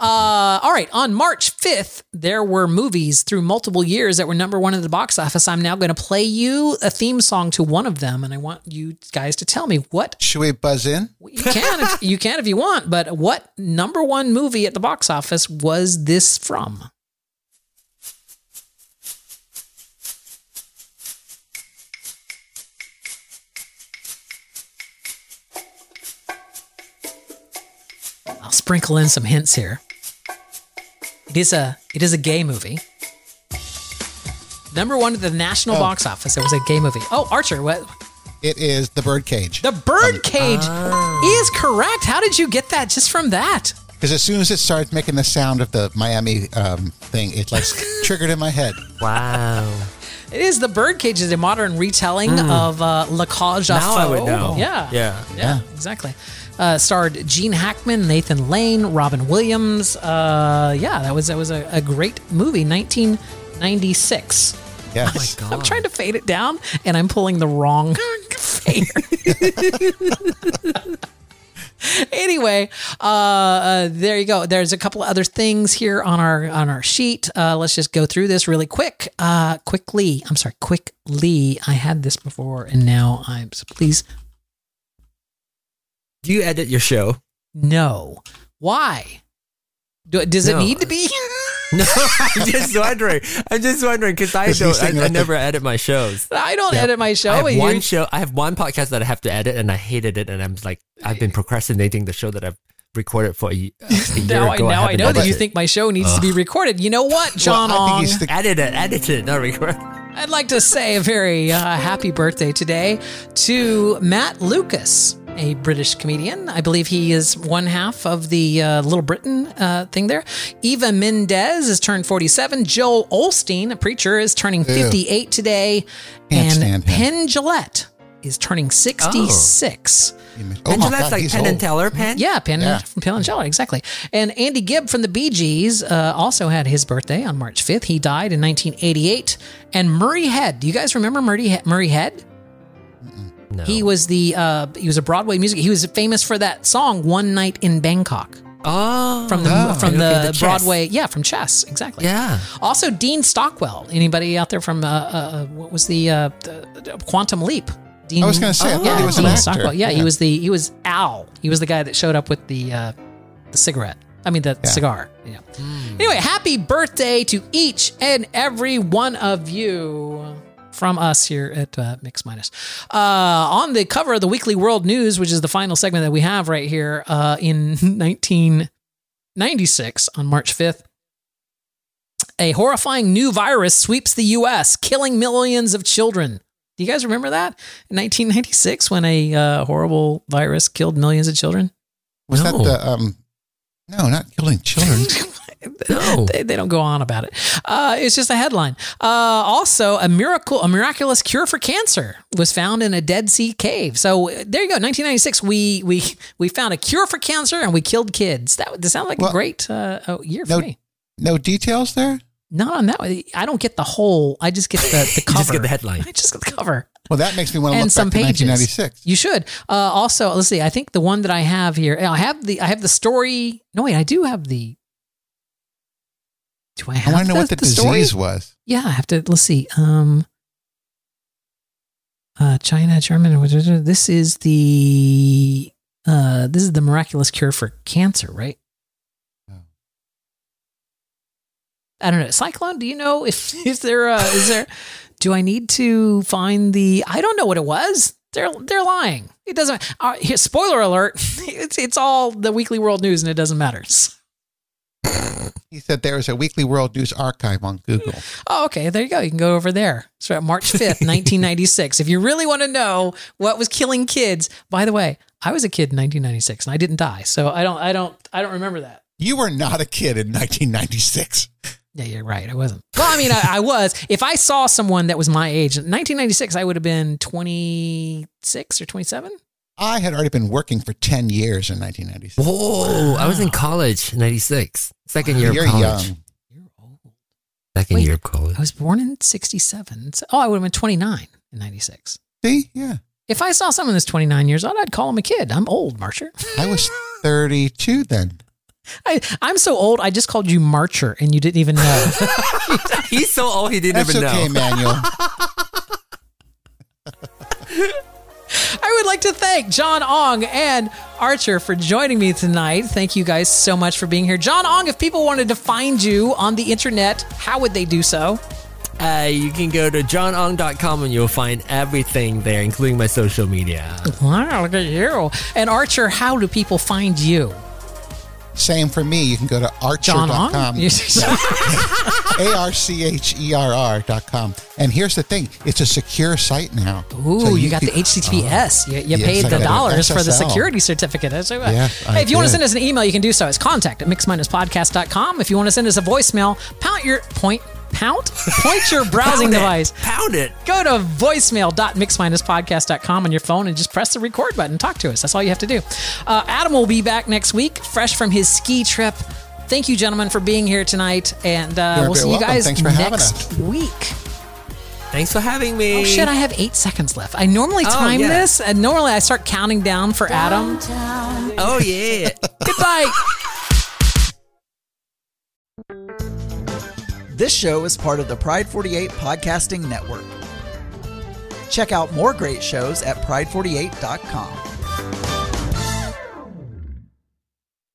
A: Uh, all right. On March 5th, there were movies through multiple years that were number one in the box office. I'm now going to play you a theme song to one of them, and I want you guys to tell me what
C: Should we buzz in?
A: You can, if, you can if you want. But what number one movie at the box office was this from? I'll sprinkle in some hints here. It is a it is a gay movie. Number one at the national
C: Oh.
A: box office. It was a gay movie. Oh, Archer, what?
C: It is the birdcage.
A: The
B: Um,
A: bird cage
B: ah.
A: is correct. How did you get that just from that?
C: Because as soon as it starts making the sound of the Miami um, thing, it like triggered in my head.
B: Wow.
A: It is the bird cage is a modern retelling of uh, La Cage aux
B: Hmm. Now I would
A: Folles.
B: know.
A: Yeah.
B: Yeah.
A: Yeah, exactly. Uh, starred Gene Hackman, Nathan Lane, Robin Williams. Uh, yeah, that was that was a, a great movie, 1996.
C: Yes.
B: Oh.
A: I'm trying to fade it down, and I'm pulling the wrong fader. anyway, uh, uh, there you go. There's a couple other things here on our on our sheet. Uh, let's just go through this really quick. Uh, quickly, I'm sorry, quickly. I had this before, and now I'm. So please,
B: Do you edit your show?
A: no. Why? Do, does it
B: No.
A: need to be?
B: No, I'm just wondering. I'm just wondering because I
C: Is he
B: don't.
C: saying
B: I, I
C: like-
B: never edit my shows.
A: I don't
B: Yeah.
A: edit my show.
B: I have
A: but
B: one
A: you-
B: show. I have one podcast that I have to edit, and I hated it. And I'm like, I've been procrastinating the show that I've recorded for a, ye- a year
A: now I,
B: ago.
A: now I
B: haven't
A: know that you
B: edited.
A: think my show needs to be recorded. You know what, John
C: well, I
A: Ong?
C: think he's the
B: edit it, edit it, not record.
C: Oh
A: I'd like to say a very uh, happy birthday today to Matt Lucas, a British comedian. I believe he is one half of the uh, Little Britain uh, thing there. Eva Mendez is turned 47. Joel Olstein, a preacher, is turning 58 today.
C: Can't
A: and
C: stand him.
A: Penn Gillette is turning 66.
C: Oh
B: and
C: my
B: so that's
C: God,
B: like
C: he's
B: Penn and
C: old.
B: Teller, Penn.
A: Yeah, Penn
C: Yeah.
A: from Penn and Teller, exactly. And Andy Gibb from the Bee Gees uh, also had his birthday on March 5th. He died in 1988. And Murray Head, do you guys remember Murray Head? Murray Head?
B: No.
A: He was the uh, he was a Broadway music. He was famous for that song "One Night in Bangkok"
B: oh,
A: from the
C: Oh.
A: from
B: You're looking
A: the,
B: at the chess.
A: Broadway. Yeah, from Chess, exactly.
B: yeah.
A: Also, Dean Stockwell. Anybody out there from uh, uh, what was the, uh, the Quantum Leap? Dean,
C: I was going to say, I thought
A: Oh, yeah,
C: he was an
A: Dean
C: actor.
A: Stockwell. Yeah, he was the he was Al. He was the guy that showed up with the uh, the cigarette. I mean the
C: Yeah.
A: cigar. Yeah. Anyway, happy birthday to each and every one of you from us here at uh, Mix Minus. Uh, on the cover of the Weekly World News, which is the final segment that we have right here uh, in 1996 on March 5th. A horrifying new virus sweeps the U.S., killing millions of children. Do you guys remember that in 1996 when a uh, horrible virus killed millions of children?
C: Was
B: No.
C: that the um? No, not killing children.
B: No.
A: they, they don't go on about it. Uh, it's just a headline. Uh, also, a miracle, a miraculous cure for cancer was found in a Dead Sea cave. So uh, there you go. 1996, we we we found a cure for cancer and we killed kids. That would that sound like a
C: Well,
A: great uh, oh, year for
C: no-
A: me.
C: no details there.
A: Not on that one. I don't get the whole. I just get the, the
B: You
A: cover.
B: just get the headline.
A: I just get the cover.
C: Well, that makes me want to
A: and
C: look
A: some
C: back to
A: pages.
C: 1996.
A: You should. Uh, also, let's see. I think the one that I have here, I have the I have the story. No, wait, I do have the. Do I
C: I
A: have?
C: want to know what the,
A: story?
C: disease was.
A: Yeah, I have to. Let's see. Um, uh, China, German. This is the uh, this is the miraculous cure for cancer, right?
C: Oh.
A: I don't know. Cyclone. Do you know if is there a, is there? Do I need to find the? I don't know what it was. They're they're lying. It doesn't. Uh, here, spoiler alert. It's it's all the Weekly World News, and it doesn't matter.
C: He said there is a weekly world news archive on Google.
A: Oh, okay. There you go. You can go over there. So at March 5th, 1996. If you really want to know what was killing kids, by the way, I was a kid in 1996 and I didn't die. So I don't, I don't, I don't remember that.
C: You were not a kid in 1996.
A: Yeah, you're right. I wasn't. Well, I mean, I, I was. If I saw someone that was my age in 1996, I would have been 26 or 27.
C: I had already been working for 10 years in 1996.
B: Whoa! I was in college, '96, second year of
C: You're
B: college.
C: young.
A: You're old.
B: Second
A: Wait.
B: year of college.
A: I was born in 67. So, oh, I would have been 29 in 96.
C: See, yeah,
A: If I saw someone that's 29 years old, I'd call him a kid. I'm old, Marcher.
C: I was 32 then.
A: I, I'm so old. I just called you Marcher, and you didn't even know.
B: He's so old he didn't
C: That's
B: even
C: okay,
B: know.
C: Manuel.
A: I would like to thank John Ong and Archer for joining me tonight. Thank you guys so much for being here. John Ong, if people wanted to find you on the internet, how would they do so?
B: Uh, you can go to johnong.com and you'll find everything there, including my social media.
A: Wow, look at you. And Archer, how do people find you?
C: Same for me. You can go to
A: John Ong?
C: archer.com.
A: You-
C: A R C H E R R dot com. And here's the thing it's a secure site now.
A: Ooh,
C: So
A: you, got the
C: can-
A: HTTPS. you you
C: Yes,
A: paid
C: I
A: the
C: got it.
A: dollars for the
C: SSL.
A: security certificate. That's right.
C: Yeah,
A: hey,
C: I
A: if you want to
C: did.
A: send us an email, you can do so. It's contact at mix-podcast.com. If you want to send us a voicemail, pound your point, pound? Point your browsing
B: Pound it.
A: device.
B: Pound it.
A: Go to voicemail.mix-podcast.com on your phone and just press the record button. Talk to us. That's all you have to do. Uh, Adam will be back next week, fresh from his ski trip. Thank you, gentlemen, for being here tonight, and uh,
C: You're
A: we'll see
C: very
A: you
C: welcome.
A: guys
C: Thanks for having
A: next
C: us.
A: week.
B: Thanks for having me.
A: Oh shit! I have eight seconds left. I normally
B: Oh,
A: time
B: yeah.
A: this, and normally I start counting down for Adam.
B: oh yeah.
A: Goodbye.
J: This show is part of the Pride 48 Podcasting Network. Check out more great shows at pride48.com.